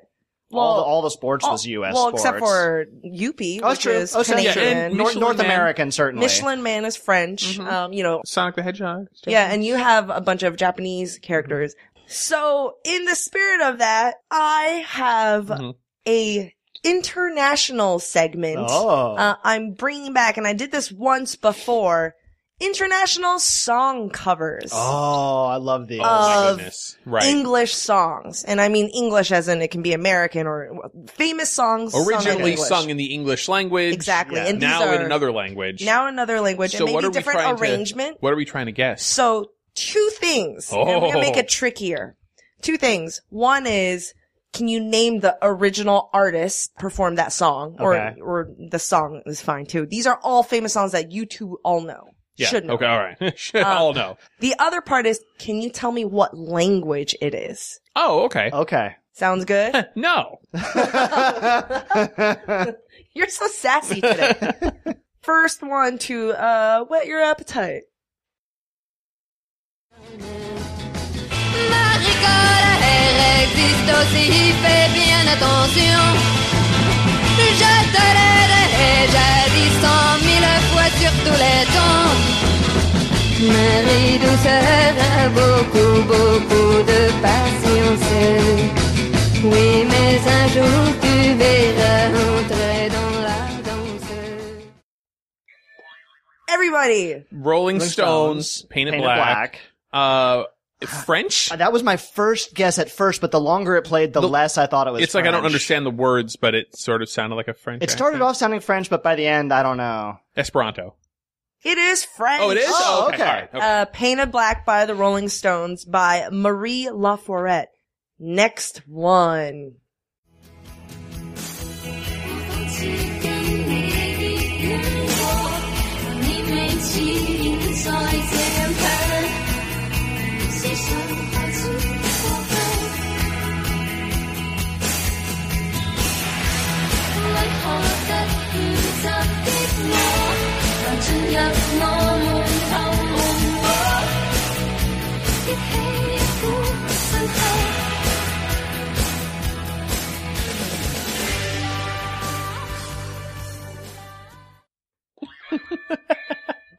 B: well,
C: all, the, all the sports
D: oh,
B: all-
C: was U.S.
B: Well,
C: sports.
B: except for Yuppie,
C: oh,
B: which
C: true.
B: is
C: oh, so- yeah,
B: Canadian.
C: and North,
D: Michelin
C: North
D: Man.
C: American certainly.
B: Michelin Man is French.
D: Mhm.
B: Um, you know,
D: Sonic the Hedgehog.
B: yeah, and you have a bunch of Japanese characters. So, in the spirit of that, I have
D: Mhm.
B: a international segment.
C: Oh,
B: Uh, I'm bringing back, and I did this once before. International song covers
C: oh, I love these.
D: Oh my
B: of
D: goodness. Right.
B: English songs, and I mean English as in it can be American or famous songs sung in
D: Originally
B: English.
D: sung in the English language.
B: exactly,
C: yeah.
B: and these
D: Now in
B: are-
D: another language.
B: now in another language,
D: So
B: and
D: what
B: maybe
D: are we
B: different
D: trying to-
B: arrangement.
D: What are we trying to guess?
B: So two things. And I'm gonna make
D: Oh.
B: it trickier. Two things. One is, can you name the original artist performed that song,
C: Okay.
B: or or the song is fine too. These are all famous songs that you two all know.
D: Yeah.
B: Should know.
D: Okay. All right. Should
B: Uh,
D: all know.
B: The other part is, can you tell me what language it is?
D: Oh, okay.
C: okay.
B: Sounds good.
D: no.
B: You're so sassy today. First one to uh, whet your appetite.
H: Maricole, elle existe aussi, fais bien attention. Je te l'ai jadis cent mille fois sur tous les temps. Marie douceur a beaucoup, beaucoup de patience. Oui, mais un jour tu verras entrer dans la danse.
B: Everybody.
D: Rolling
C: Rolling
D: Stones,
C: Stones,
D: Paint It
C: Paint It Uh,
D: Black. Uh, French?
C: That was my first guess at first, but the longer it played, the,
D: The-
C: less I thought it was.
D: It's like I don't
C: French.
D: understand the words, but it sort of sounded like a French.
C: It started
D: accent.
C: off sounding French, but by the end, I don't know.
D: Esperanto.
B: It is French.
D: Oh, it is.
C: Oh, okay.
D: All right. Okay.
B: uh, Painted Black by the Rolling Stones by Marie Laforette. Next one.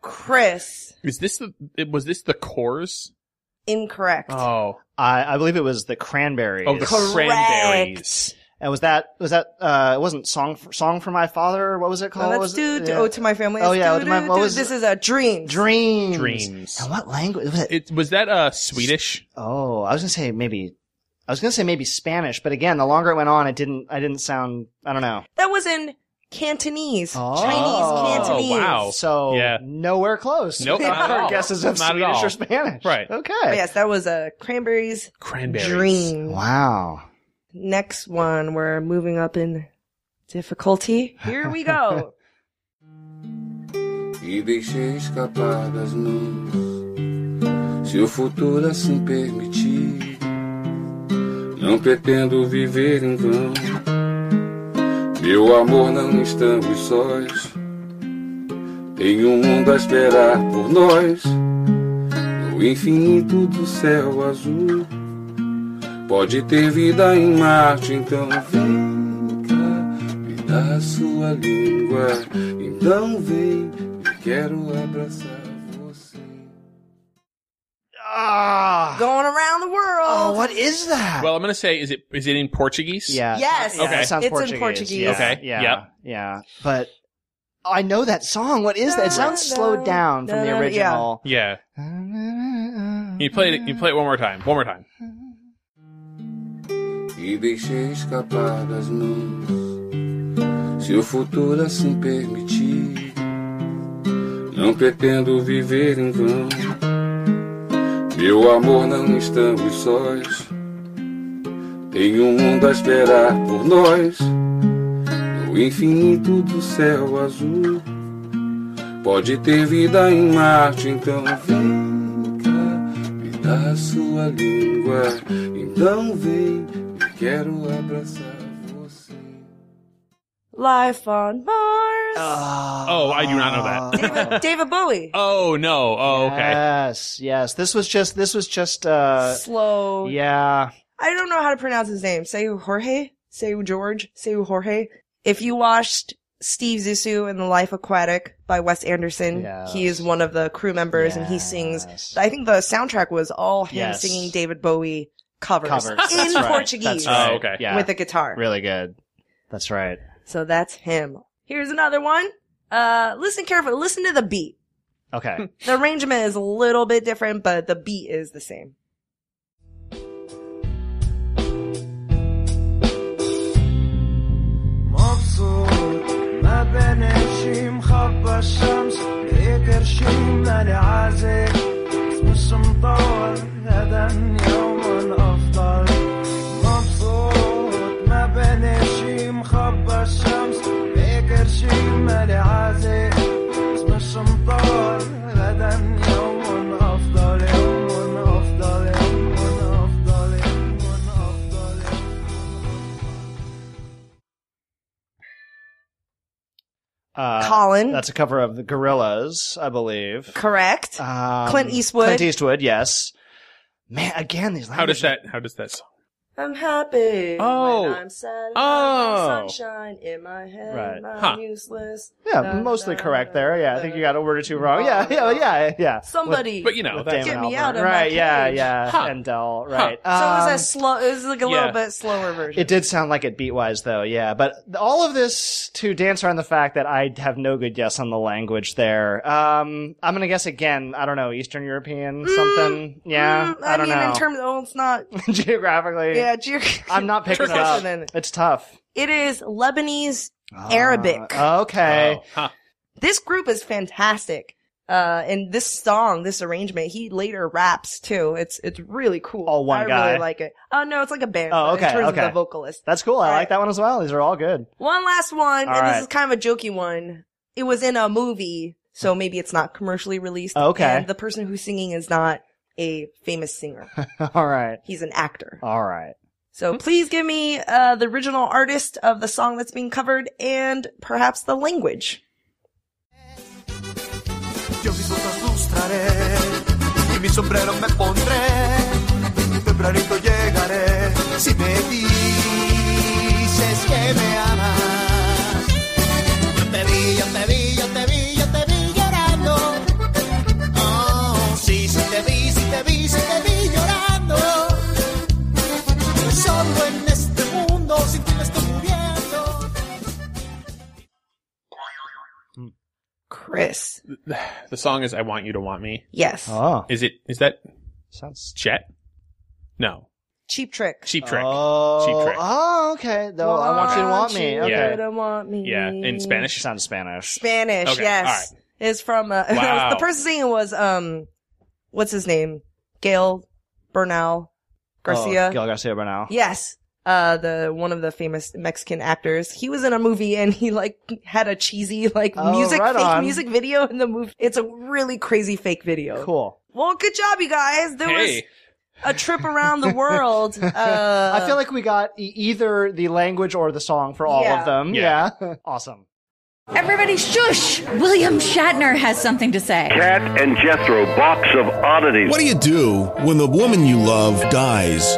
B: Chris.
D: Is this the? it- Was this the cores?
B: Incorrect.
D: Oh.
C: I, I believe it was the Cranberries.
D: Oh, the
B: Correct.
D: cranberries.
C: and was that was that uh? It wasn't song for, song for my father. What was it
B: Now
C: called?
B: let's
C: was
B: do
C: it,
B: do- Oh to my family.
C: Oh,
B: Let's
C: yeah,
B: do-
C: oh, to my-
B: do-
C: what
B: do-
C: was-
B: This is a dream.
C: dreams.
D: Dreams.
C: And what language was it?
D: It was that uh Swedish.
C: Oh, I was gonna say maybe. I was gonna say maybe Spanish, but again, the longer it went on, it didn't. I didn't sound. I don't know.
B: That was in Cantonese.
C: Oh.
B: Chinese Cantonese.
D: Oh, wow.
C: So
D: Yeah.
C: nowhere close.
D: Nope,
C: With
D: not at
C: our
D: all.
C: guesses of
D: Not at
C: Swedish
D: all.
C: or Spanish.
D: Right.
C: Okay.
B: But Oh, yes, that was a Cranberries
D: Cranberries.
B: dream.
C: Wow.
B: Next one. We're moving up in difficulty. Here we go.
H: E deixei escapar das mãos. Se o futuro assim permitir, não pretendo viver em vão. Meu amor, não estamos sós. Tem um mundo a esperar por nós.
I: o infinito do céu azul. Pode ter vida em Marte, então vem cá, me dá sua língua. Então vem, eu quero abraçar você.
C: Ah.
B: Going around the world.
C: Oh, what is that?
D: Well, I'm gonna say, is it is it in Portuguese?
C: Yeah.
B: Yes.
C: Yeah,
D: Okay.
C: It sounds
B: It's in
C: Portuguese.
B: Portuguese.
C: Yeah.
D: Okay.
C: Yeah.
D: Yep.
C: Yeah. But oh, I know that song. What is that? It sounds slowed down from the
B: Yeah.
C: original.
D: Yeah. Can You play it. You play it one more time. One more time.
I: E deixei escapar das mãos, se o futuro assim permitir. Não pretendo viver em vão, meu amor, não estamos sós. Tem um mundo a esperar por nós, no infinito do céu azul. Pode ter vida em Marte, então vem cá, me dá sua língua. Então vem, eu quero abraçar você.
B: Life on Mars.
C: Uh. Ah.
D: Oh, I do not know that.
B: David, David Bowie.
D: Oh no. Oh okay.
C: Yes. Yes. This was just. This was just. Uh.
B: Slow.
C: Yeah.
B: I don't know how to pronounce his name. Say Jorge. Say George. Say Jorge. If you watched Steve Zissou in The Life Aquatic by Wes Anderson,
C: Yes.
B: he is one of the crew members and he sings.
C: Yes.
B: I think the soundtrack was all him
C: Yes.
B: singing David Bowie covers,
C: Covers.
B: in
C: That's right.
B: Portuguese
C: That's right.
D: Oh, okay.
C: Yeah.
B: with a guitar.
C: really good. That's right.
B: So that's him. Here's another one. Uh, listen carefully. Listen to the beat.
C: Okay.
B: The arrangement is a little bit different, but the beat is the same.
J: مبسوط ما بين شي مخبى الشمس ليكر شي ماني عازب مش مطول غدا يوم الأفضل مبسوط ما بين شي مخبى الشمس ليكر شي ماني عازب مش مطول غدا يوم أفضل يوم أفضل يوم أفضل يوم أفضل
C: Uh,
B: Colin.
C: That's a cover of the Gorillas, I believe.
B: Correct.
C: Um,
B: Clint Eastwood.
C: Clint Eastwood. Yes. Man, again, these.
D: How does
C: languages-
D: that? How does that? Song?
B: I'm happy.
D: Oh.
B: When I'm sad.
D: Oh.
B: Oh. Sunshine in my head.
C: Right.
B: I'm
D: Huh.
B: useless.
C: Yeah,
B: Da,
C: mostly
B: da,
C: correct
B: da,
C: there. Yeah, I
B: da,
C: think you
B: da.
C: got a word or two wrong. Yeah, yeah, yeah, yeah.
B: Oh, Somebody.
D: But you know,
C: With
D: that's
C: Damon
B: Get me
C: Albarn.
B: out of my
C: right, yeah,
B: cage.
C: yeah,
D: Huh.
C: and Dell, right.
B: so it was
C: Um,
B: a slow. It was like a
D: yeah.
B: little bit slower version.
C: It did sound like it beat wise though, yeah. But all of this to dance around the fact that I have no good guess on the language there. Um, I'm gonna guess again. I don't know, Eastern European something. Yeah,
B: Mm,
C: I, don't
B: mean,
C: know.
B: in terms, oh, it's not.
C: Geographically,
B: Yeah, geog-
C: I'm not picking it
B: Turkish
C: up.
B: and then-
C: It's tough.
B: It is Lebanese.
C: Ah,
B: Arabic.
C: okay.
D: Oh, huh.
B: This group is fantastic. Uh, and this song, this arrangement, he later raps too. It's it's really cool.
C: All Oh, one
B: I
C: guy?
B: really like it. Oh no, it's like a band.
C: Oh,
B: but
C: okay,
B: In terms
C: okay.
B: of the vocalist.
C: That's cool. I
B: All
C: like
B: right.
C: that one as well. These are all good.
B: One last one,
C: All
B: and
C: right.
B: this is kind of a jokey one. It was in a movie, so maybe it's not commercially released.
C: Hmm. Oh, Okay.
B: And the person who's singing is not a famous singer.
C: all right.
B: He's an actor.
C: All right.
B: So please give me uh, the original artist of the song that's being covered and perhaps the language.
J: Yo mis botas lustraré y mi sombrero me pondré. Tempranito llegaré si me dices que me amas. Yo te vi, yo te vi, yo te vi, yo te vi llorando. Oh, sí, sí te vi, sí te vi, sí te vi llorando. Solo en este mundo sin ti me estoy muriendo.
B: Chris.
D: The song is "I Want You to Want Me."
B: Yes.
C: Oh,
D: Is it? Is that
C: sounds
D: Chet? No,
B: Cheap Trick.
D: Cheap Trick.
C: Oh,
D: Cheap Trick.
C: oh, okay. Though I want you
B: Ah,
C: to want me.
B: Want
C: Okay.
B: you
D: Yeah.
B: to want me.
D: Yeah, in
C: She
D: Spanish.
C: sounds Spanish.
B: Spanish,
D: Okay,
B: yes. It's from uh,
D: Wow.
B: the person singing was um what's his name? Gail Bernal Garcia.
C: Oh, Gail Garcia Bernal.
B: Yes. Uh, the one of the famous Mexican actors. He was in a movie and he like had a cheesy like
C: Oh,
B: music
C: right
B: fake
C: on.
B: music video in the movie. It's a really crazy fake video.
C: Cool.
B: Well, good job, you guys. There was
D: Hey,
B: a trip around the world. Uh,
C: I feel like we got e- either the language or the song for all
B: Yeah.
C: of them. Yeah.
D: Yeah.
C: awesome.
K: Everybody, shush! William Shatner has something to say.
L: Cat and Jethro, box of oddities.
M: What do you do when the woman you love dies?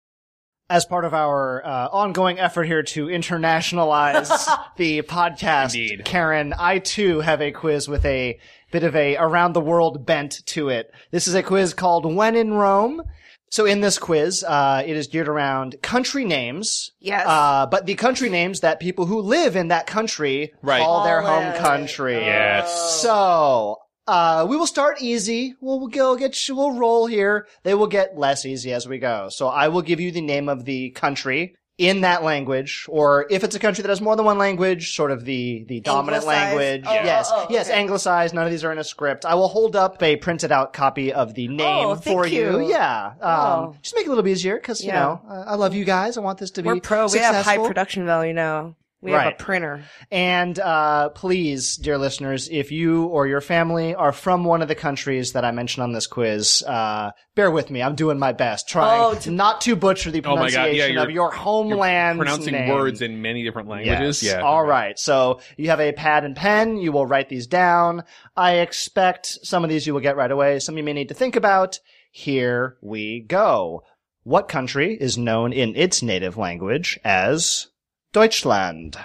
C: as part of our uh, ongoing effort here to internationalize the podcast, Karen, I too have a quiz with a bit of a around the world bent to it. This is a quiz called When in Rome. So in this quiz, uh, it is geared around country names.
B: Yes.
C: Uh, but the country names that people who live in that country
D: Right.
C: call their
D: Call
C: home
D: it.
B: Oh.
C: country.
D: Yes.
C: So, uh, we will start easy. We'll, we'll go get, we'll roll here. They will get less easy as we go. So I will give you the name of the country in that language, or if it's a country that has more than one language, sort of the, the dominant
B: Anglicized?
C: language.
B: Oh,
C: yes.
B: oh, oh,
C: yes.
B: okay.
C: Anglicized. None of these are in a script. I will hold up a printed out copy of the name
B: Oh, thank
C: for you.
B: you.
C: Yeah. Um,
B: Oh.
C: just make it a little bit easier because, you
B: Yeah.
C: know, uh, I love you guys. I want this to be
B: We're pro. We have high
C: successful.
B: production value now. We have
C: Right.
B: a printer.
C: And uh, please, dear listeners, if you or your family are from one of the countries that I mentioned on this quiz, uh, bear with me. I'm doing my best, trying
B: Oh,
C: not to butcher the
D: Oh my God, yeah,
C: pronunciation of
D: you're-
C: your homeland.
D: Pronouncing words in many different languages.
C: Yes.
D: Yeah.
C: All right. So you have a pad and pen. You will write these down. I expect some of these you will get right away. Some you may need to think about. Here we go. What country is known in its native language as Deutschland?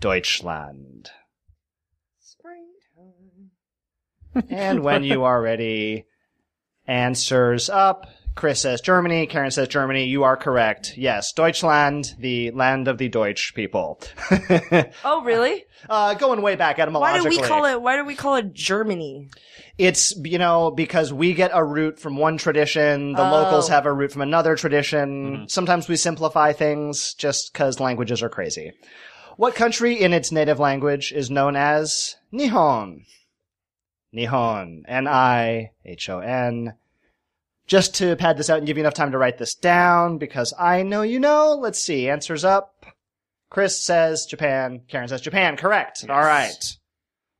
C: Deutschland. And when you are ready, answers up. Chris says Germany. Karen says Germany. You are correct. Yes, Deutschland, the land of the Deutsch people.
B: Oh, really?
C: Uh, going way back
B: Why do we
C: etymologically.
B: call it? Why do we call it Germany?
C: It's, you know, because we get a root from one tradition, the
B: Oh.
C: locals have a root from another tradition. Sometimes we simplify things just because languages are crazy. What country in its native language is known as Nihon? Nihon. N-I-H-O-N. Just to pad this out and give you enough time to write this down, because I know you know. Let's see. Answers up. Chris says Japan. Karen says Japan. Correct. All right.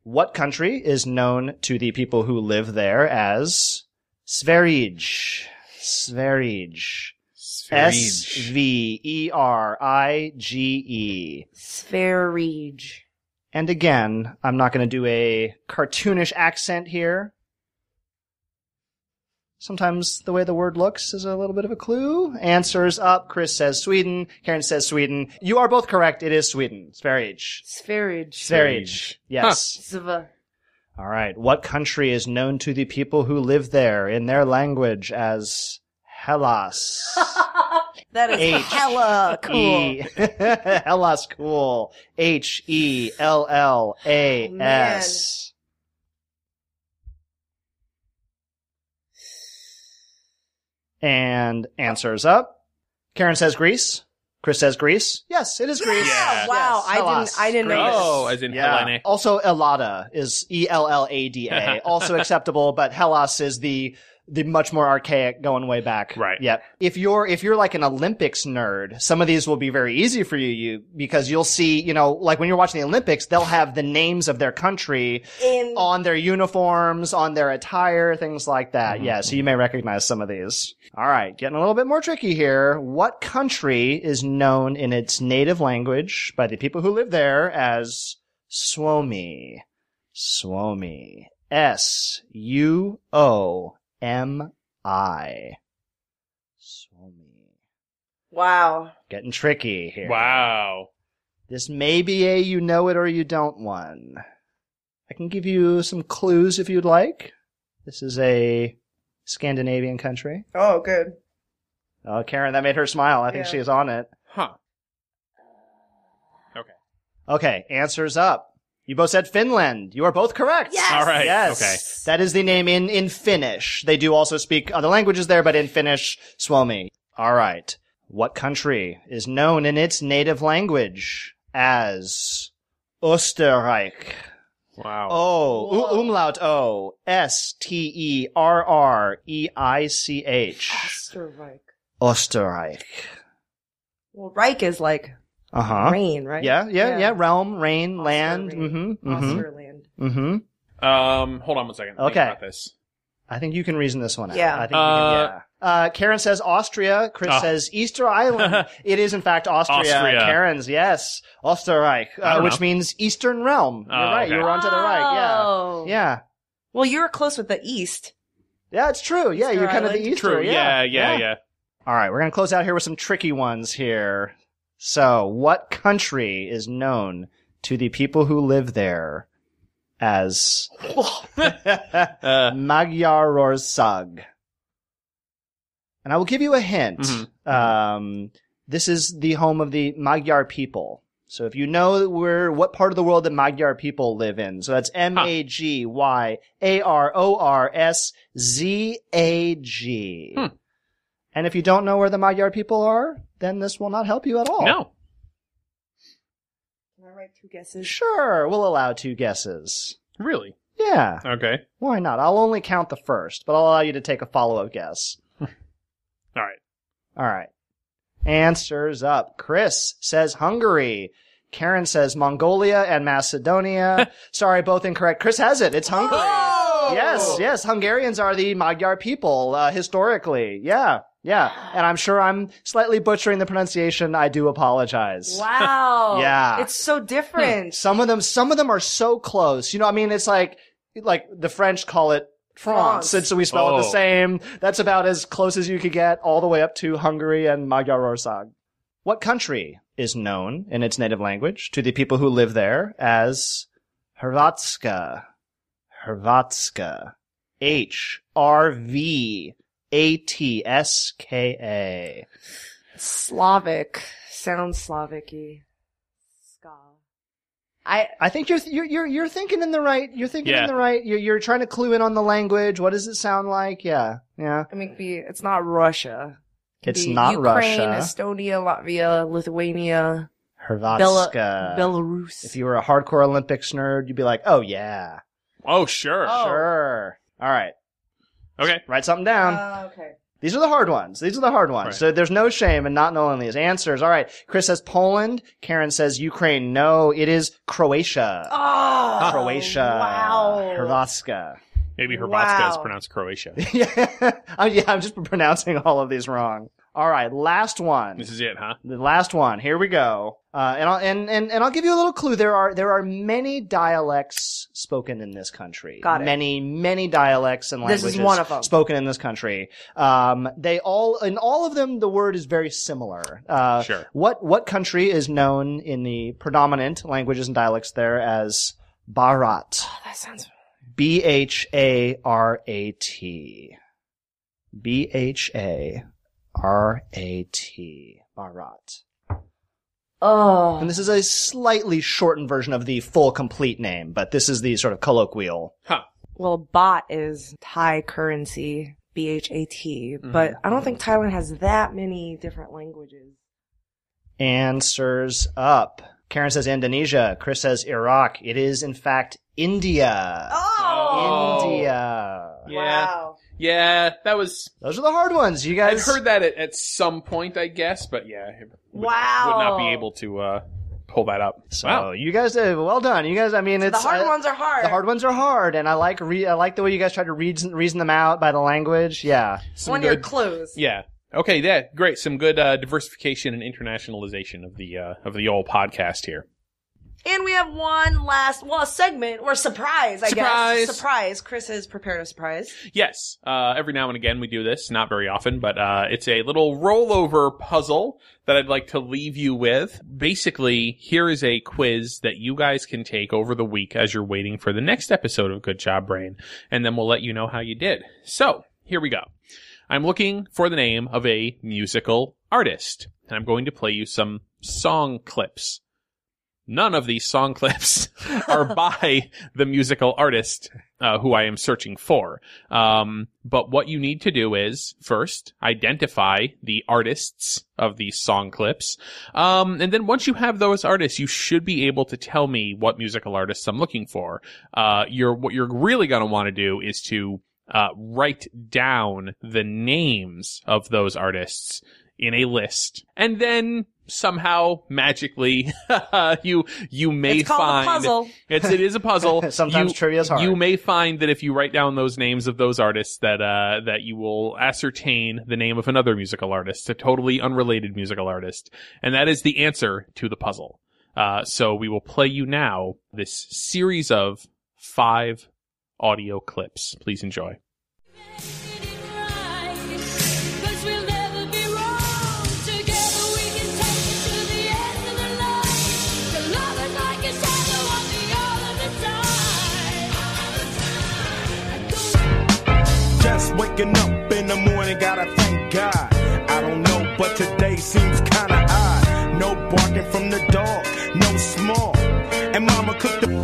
C: What country is known to the people who live there as Sverige? Sverige. S V E R I G E.
B: Sverige.
C: And again, I'm not going to do a cartoonish accent here. Sometimes the way the word looks is a little bit of a clue. Answers up. Chris says Sweden. Karen says Sweden. You are both correct. It is Sweden. Sverige.
B: Sverige.
C: Sverige. Yes.
B: Sva-
C: All right. What country is known to the people who live there in their language as Hellas?
B: That is
C: H.
B: hella cool.
C: E. Hellas cool. H E L L
B: Oh,
C: A S. And answers up. Karen says Greece. Chris says Greece. Yes, it is Greece.
B: Yeah, wow, I didn't- I didn't know this. Oh,
D: as in Hellene.
C: Also, Elada is E L L A D A. Also acceptable, but Hellas is the the much more archaic going way back. Right. Yep. If you're if you're like an Olympics nerd, some of these will be very easy for you, you because you'll see, you know, like when you're watching the Olympics, they'll have the names of their country
B: Mm-hmm.
C: on their uniforms, on their attire, things like that. Yeah, so you may recognize some of these. All right, getting a little bit more tricky here. What country is known in its native language by the people who live there as Suomi? Suomi. S U O M I.
B: Wow.
C: Getting tricky here.
D: Wow.
C: This may be a you know it or you don't one. I can give you some clues if you'd like. This is a Scandinavian country.
B: Oh, good.
C: Oh, Karen, that made her smile. I think
D: Yeah.
C: she is on it.
D: Huh. Okay.
C: Okay, answers up. You both said Finland. You are both correct.
D: Yes! All right,
C: Yes. Okay. That is the name in, in Finnish. They do also speak other languages there, but in Finnish, Suomi. All right. What country is known in its native language as Österreich?
D: Wow.
C: Oh, u- umlaut O. S T E R R E I C H.
B: Österreich.
C: Österreich.
B: Well, Reich is like
C: Uh huh.
B: Rain, right?
C: Yeah, yeah, yeah,
B: Yeah.
C: Realm, rain, land. Mm-hmm. mm-hmm.
B: land.
C: Mm-hmm.
D: Um, hold on one second. Think
C: Okay.
D: about this.
C: I think you can reason this one out.
D: Yeah.
C: I think you can,
D: Uh,
C: yeah. Uh, Karen says Austria. Chris
D: Ah.
C: says Easter Island. it is in fact Austria.
D: Austria.
C: Karen's yes, Österreich,
D: I
C: uh,
D: don't
C: which
D: know.
C: means Eastern Realm. You're
D: Oh,
C: right.
D: okay.
C: You were onto the right. Yeah.
B: Oh.
C: Yeah.
B: Well, you were close with the East.
C: Yeah, it's true. Yeah, you're kind of the Easter.
D: True. Yeah. Yeah. Yeah.
C: All right, we're gonna close out here with some tricky ones here. So, what country is known to the people who live there as
D: Uh,
C: Magyarország? And I will give you a hint. Um, this is the home of the Magyar people. So if you know where what part of the world the Magyar people live in, so that's M A G Y A R O R S Z A G. And if you don't know where the Magyar people are, then this will not help you at all.
D: No.
B: Can I write two guesses?
C: Sure, we'll allow two guesses.
D: Really?
C: Yeah.
D: Okay.
C: Why not? I'll only count the first, but I'll allow you to take a follow-up guess.
D: All right.
C: All right. Answers up. Chris says Hungary. Karen says Mongolia and Macedonia. Sorry, both incorrect. Chris has it. It's Hungary. Yes, yes. Hungarians are the Magyar people uh, historically. Yeah, yeah. And I'm sure I'm slightly butchering the pronunciation. I do apologize.
B: Wow.
C: Yeah.
B: It's so different.
C: Some of them, some of them are so close. You know, I mean, it's like, like the French call it France,
B: France.
C: and so we spell it the
D: Oh.
C: same. That's about as close as you could get, all the way up to Hungary and Magyarország. What country is known in its native language to the people who live there as Hrvatska? Hrvatska. H R V A T S K A.
B: Slavic. Sounds Slavic y. I
C: I think you're you're you're you're thinking in the right. You're thinking
D: Yeah.
C: in the right. You're you're trying to clue in on the language. What does it sound like? Yeah, yeah.
B: I mean, it could be, it's not Russia. It could
C: It's
B: be
C: not
B: Ukraine,
C: Russia.
B: Estonia, Latvia, Lithuania.
C: Hrvatska,
B: Belarus.
C: Uh, If you were a hardcore Olympics nerd, you'd be like, oh yeah,
D: Oh sure.
C: sure. All right.
D: Okay.
C: Write something
B: Um,
C: down.
B: Oh, okay.
C: These are the hard ones. These are the hard ones.
D: Right.
C: So there's no shame in not knowing these answers. All right. Chris says Poland. Karen says Ukraine. No, it is Croatia.
B: Oh,
C: Croatia.
B: wow.
C: Hrvatska.
D: Maybe Hrvatska is
C: Wow.
D: pronounced Croatia.
C: Oh, yeah, I'm just pronouncing all of these wrong. All right, last one.
D: This is it, huh?
C: The last one. Here we go. Uh, and I'll and, and and I'll give you a little clue. There are there are many dialects spoken in this country.
B: Got it.
C: Many many dialects and
B: This is
C: languages
B: one of 'em.
C: spoken in this country. Um, they all in all of them the word is very similar. Uh,
D: Sure.
C: What what country is known in the predominant languages and dialects there as Bharat?
B: Oh, That sounds.
C: B H A R A T. B H A R A T. Bharat.
B: Oh.
C: And this is a slightly shortened version of the full complete name, but this is the sort of colloquial.
B: Well, baht is Thai currency, B H A T,
C: Mm-hmm.
B: but I don't think Thailand has that many different languages.
C: Answers up. Karen says Indonesia. Chris says Iraq. It is, in fact, India.
D: Oh.
C: India.
D: Yeah. Yeah, that was.
C: Those are the hard ones. You guys.
D: I've heard that at, at some point, I guess, but yeah. it Would,
B: Wow.
D: Would not be able to uh, pull that up.
C: So you guys did well done. You guys, I mean,
B: So
C: it's uh,
B: the hard
C: I-
B: ones are hard.
C: The hard ones are hard, and I like re- I like the way you guys try to reason reason them out by the language. Yeah,
B: One of your clues.
D: Yeah. Okay. Yeah. Great. Some good uh, diversification and internationalization of the uh, of the old podcast here.
B: And we have one last, well, a segment or surprise, I
D: Surprise.
B: guess. Surprise. Chris has prepared a surprise.
D: Yes. Uh, every now and again we do this. Not very often, but uh, it's a little rollover puzzle that I'd like to leave you with. Basically, here is a quiz that you guys can take over the week as you're waiting for the next episode of Good Job Brain, and then we'll let you know how you did. So here we go. I'm looking for the name of a musical artist, and I'm going to play you some song clips. None of these song clips are by the musical artist uh, who I am searching for. Um, but what you need to do is first identify the artists of these song clips. Um, and then once you have those artists, you should be able to tell me what musical artists I'm looking for. Uh, you're, what you're really going to want to do is to uh, write down the names of those artists in a list. And then somehow magically you you may
B: It's called a
D: find
B: puzzle.
D: It's it is a puzzle.
C: Sometimes
D: you,
C: trivia is hard.
D: You may find that if you write down those names of those artists that uh that you will ascertain the name of another musical artist, a totally unrelated musical artist. And that is the answer to the puzzle. Uh so we will play you now this series of five audio clips. Please enjoy.
N: Cause we'll never be wrong. Together we can take it to the end of the line. The love is like a shadow on the all of the time.
O: Just waking up in the morning, gotta thank God. I don't know, but today seems kinda odd. No barking from the dog, no small. And mama cooked the.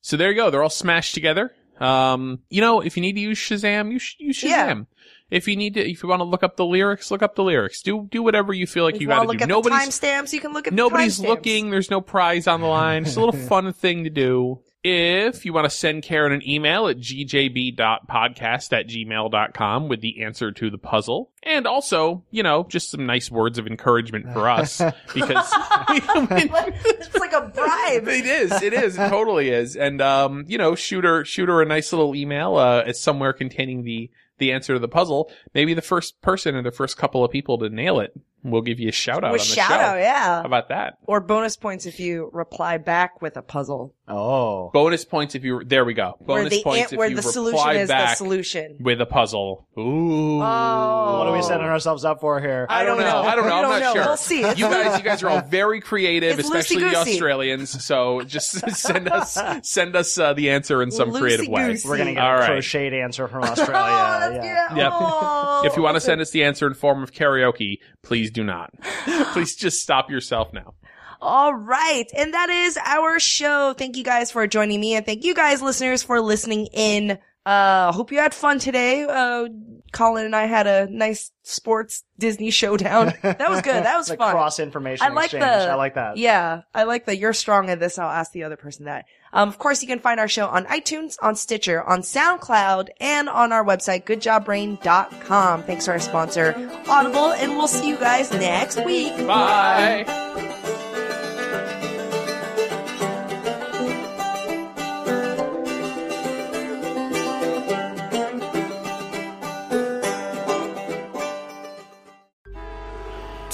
D: So there you go. They're all smashed together. Um, you know, if you need to use Shazam, you should use Shazam. If you need to, if you want to look up the lyrics, look up the lyrics. Do do whatever you feel like
B: If
D: you,
B: you
D: got
B: want
D: to
B: to look
D: do.
B: at
D: Nobody's
B: the timestamps, you can look at
D: nobody's
B: the timestamps.
D: looking. There's no prize on the line. It's a little fun thing to do. If you want to send Karen an email at gjb.podcast at gmail.com with the answer to the puzzle. And also, you know, just some nice words of encouragement for us because
B: it's like a bribe.
D: It is. It is. It totally is. And um, you know, shoot her shoot her a nice little email uh it's somewhere containing the the answer to the puzzle. Maybe the first person or the first couple of people to nail it will give you a shout out
B: With
D: on the
B: shout
D: show.
B: out, yeah.
D: How about that?
B: Or bonus points if you reply back with a puzzle.
C: Oh.
D: Bonus points if you there we go. Bonus
B: where the
D: points
B: ant-
D: if
B: where
D: you
B: the solution
D: reply
B: is
D: back
B: the solution.
D: with a puzzle. Ooh.
B: Oh.
C: What are we setting ourselves up for here?
D: Oh. I don't know. I don't know. I'm not sure.
B: We'll see.
D: You guys, you guys are all very creative,
B: It's
D: especially the
B: loosey-goosey.
D: Australians. So just send us send us uh, the answer in some creative way.
C: We're gonna get
D: All
C: a
D: right.
C: crocheted answer from Australia.
B: Oh,
C: yeah.
D: Oh, Yep. if you want to send us the answer in form of karaoke, please do not. please just stop yourself now.
B: All right. And that is our show. Thank you guys for joining me and thank you guys listeners for listening in. Uh, hope you had fun today. Uh, Colin and I had a nice sports Disney showdown. That was good. That was
C: Like
B: fun.
C: cross information
B: I like
C: exchange.
B: the,
C: I like that.
B: Yeah. I like the you're strong at this. I'll ask the other person that. Um, of course you can find our show on iTunes, on Stitcher, on SoundCloud, and on our website, goodjobbrain.com. Thanks to our sponsor, Audible, and we'll see you guys next week.
D: Bye.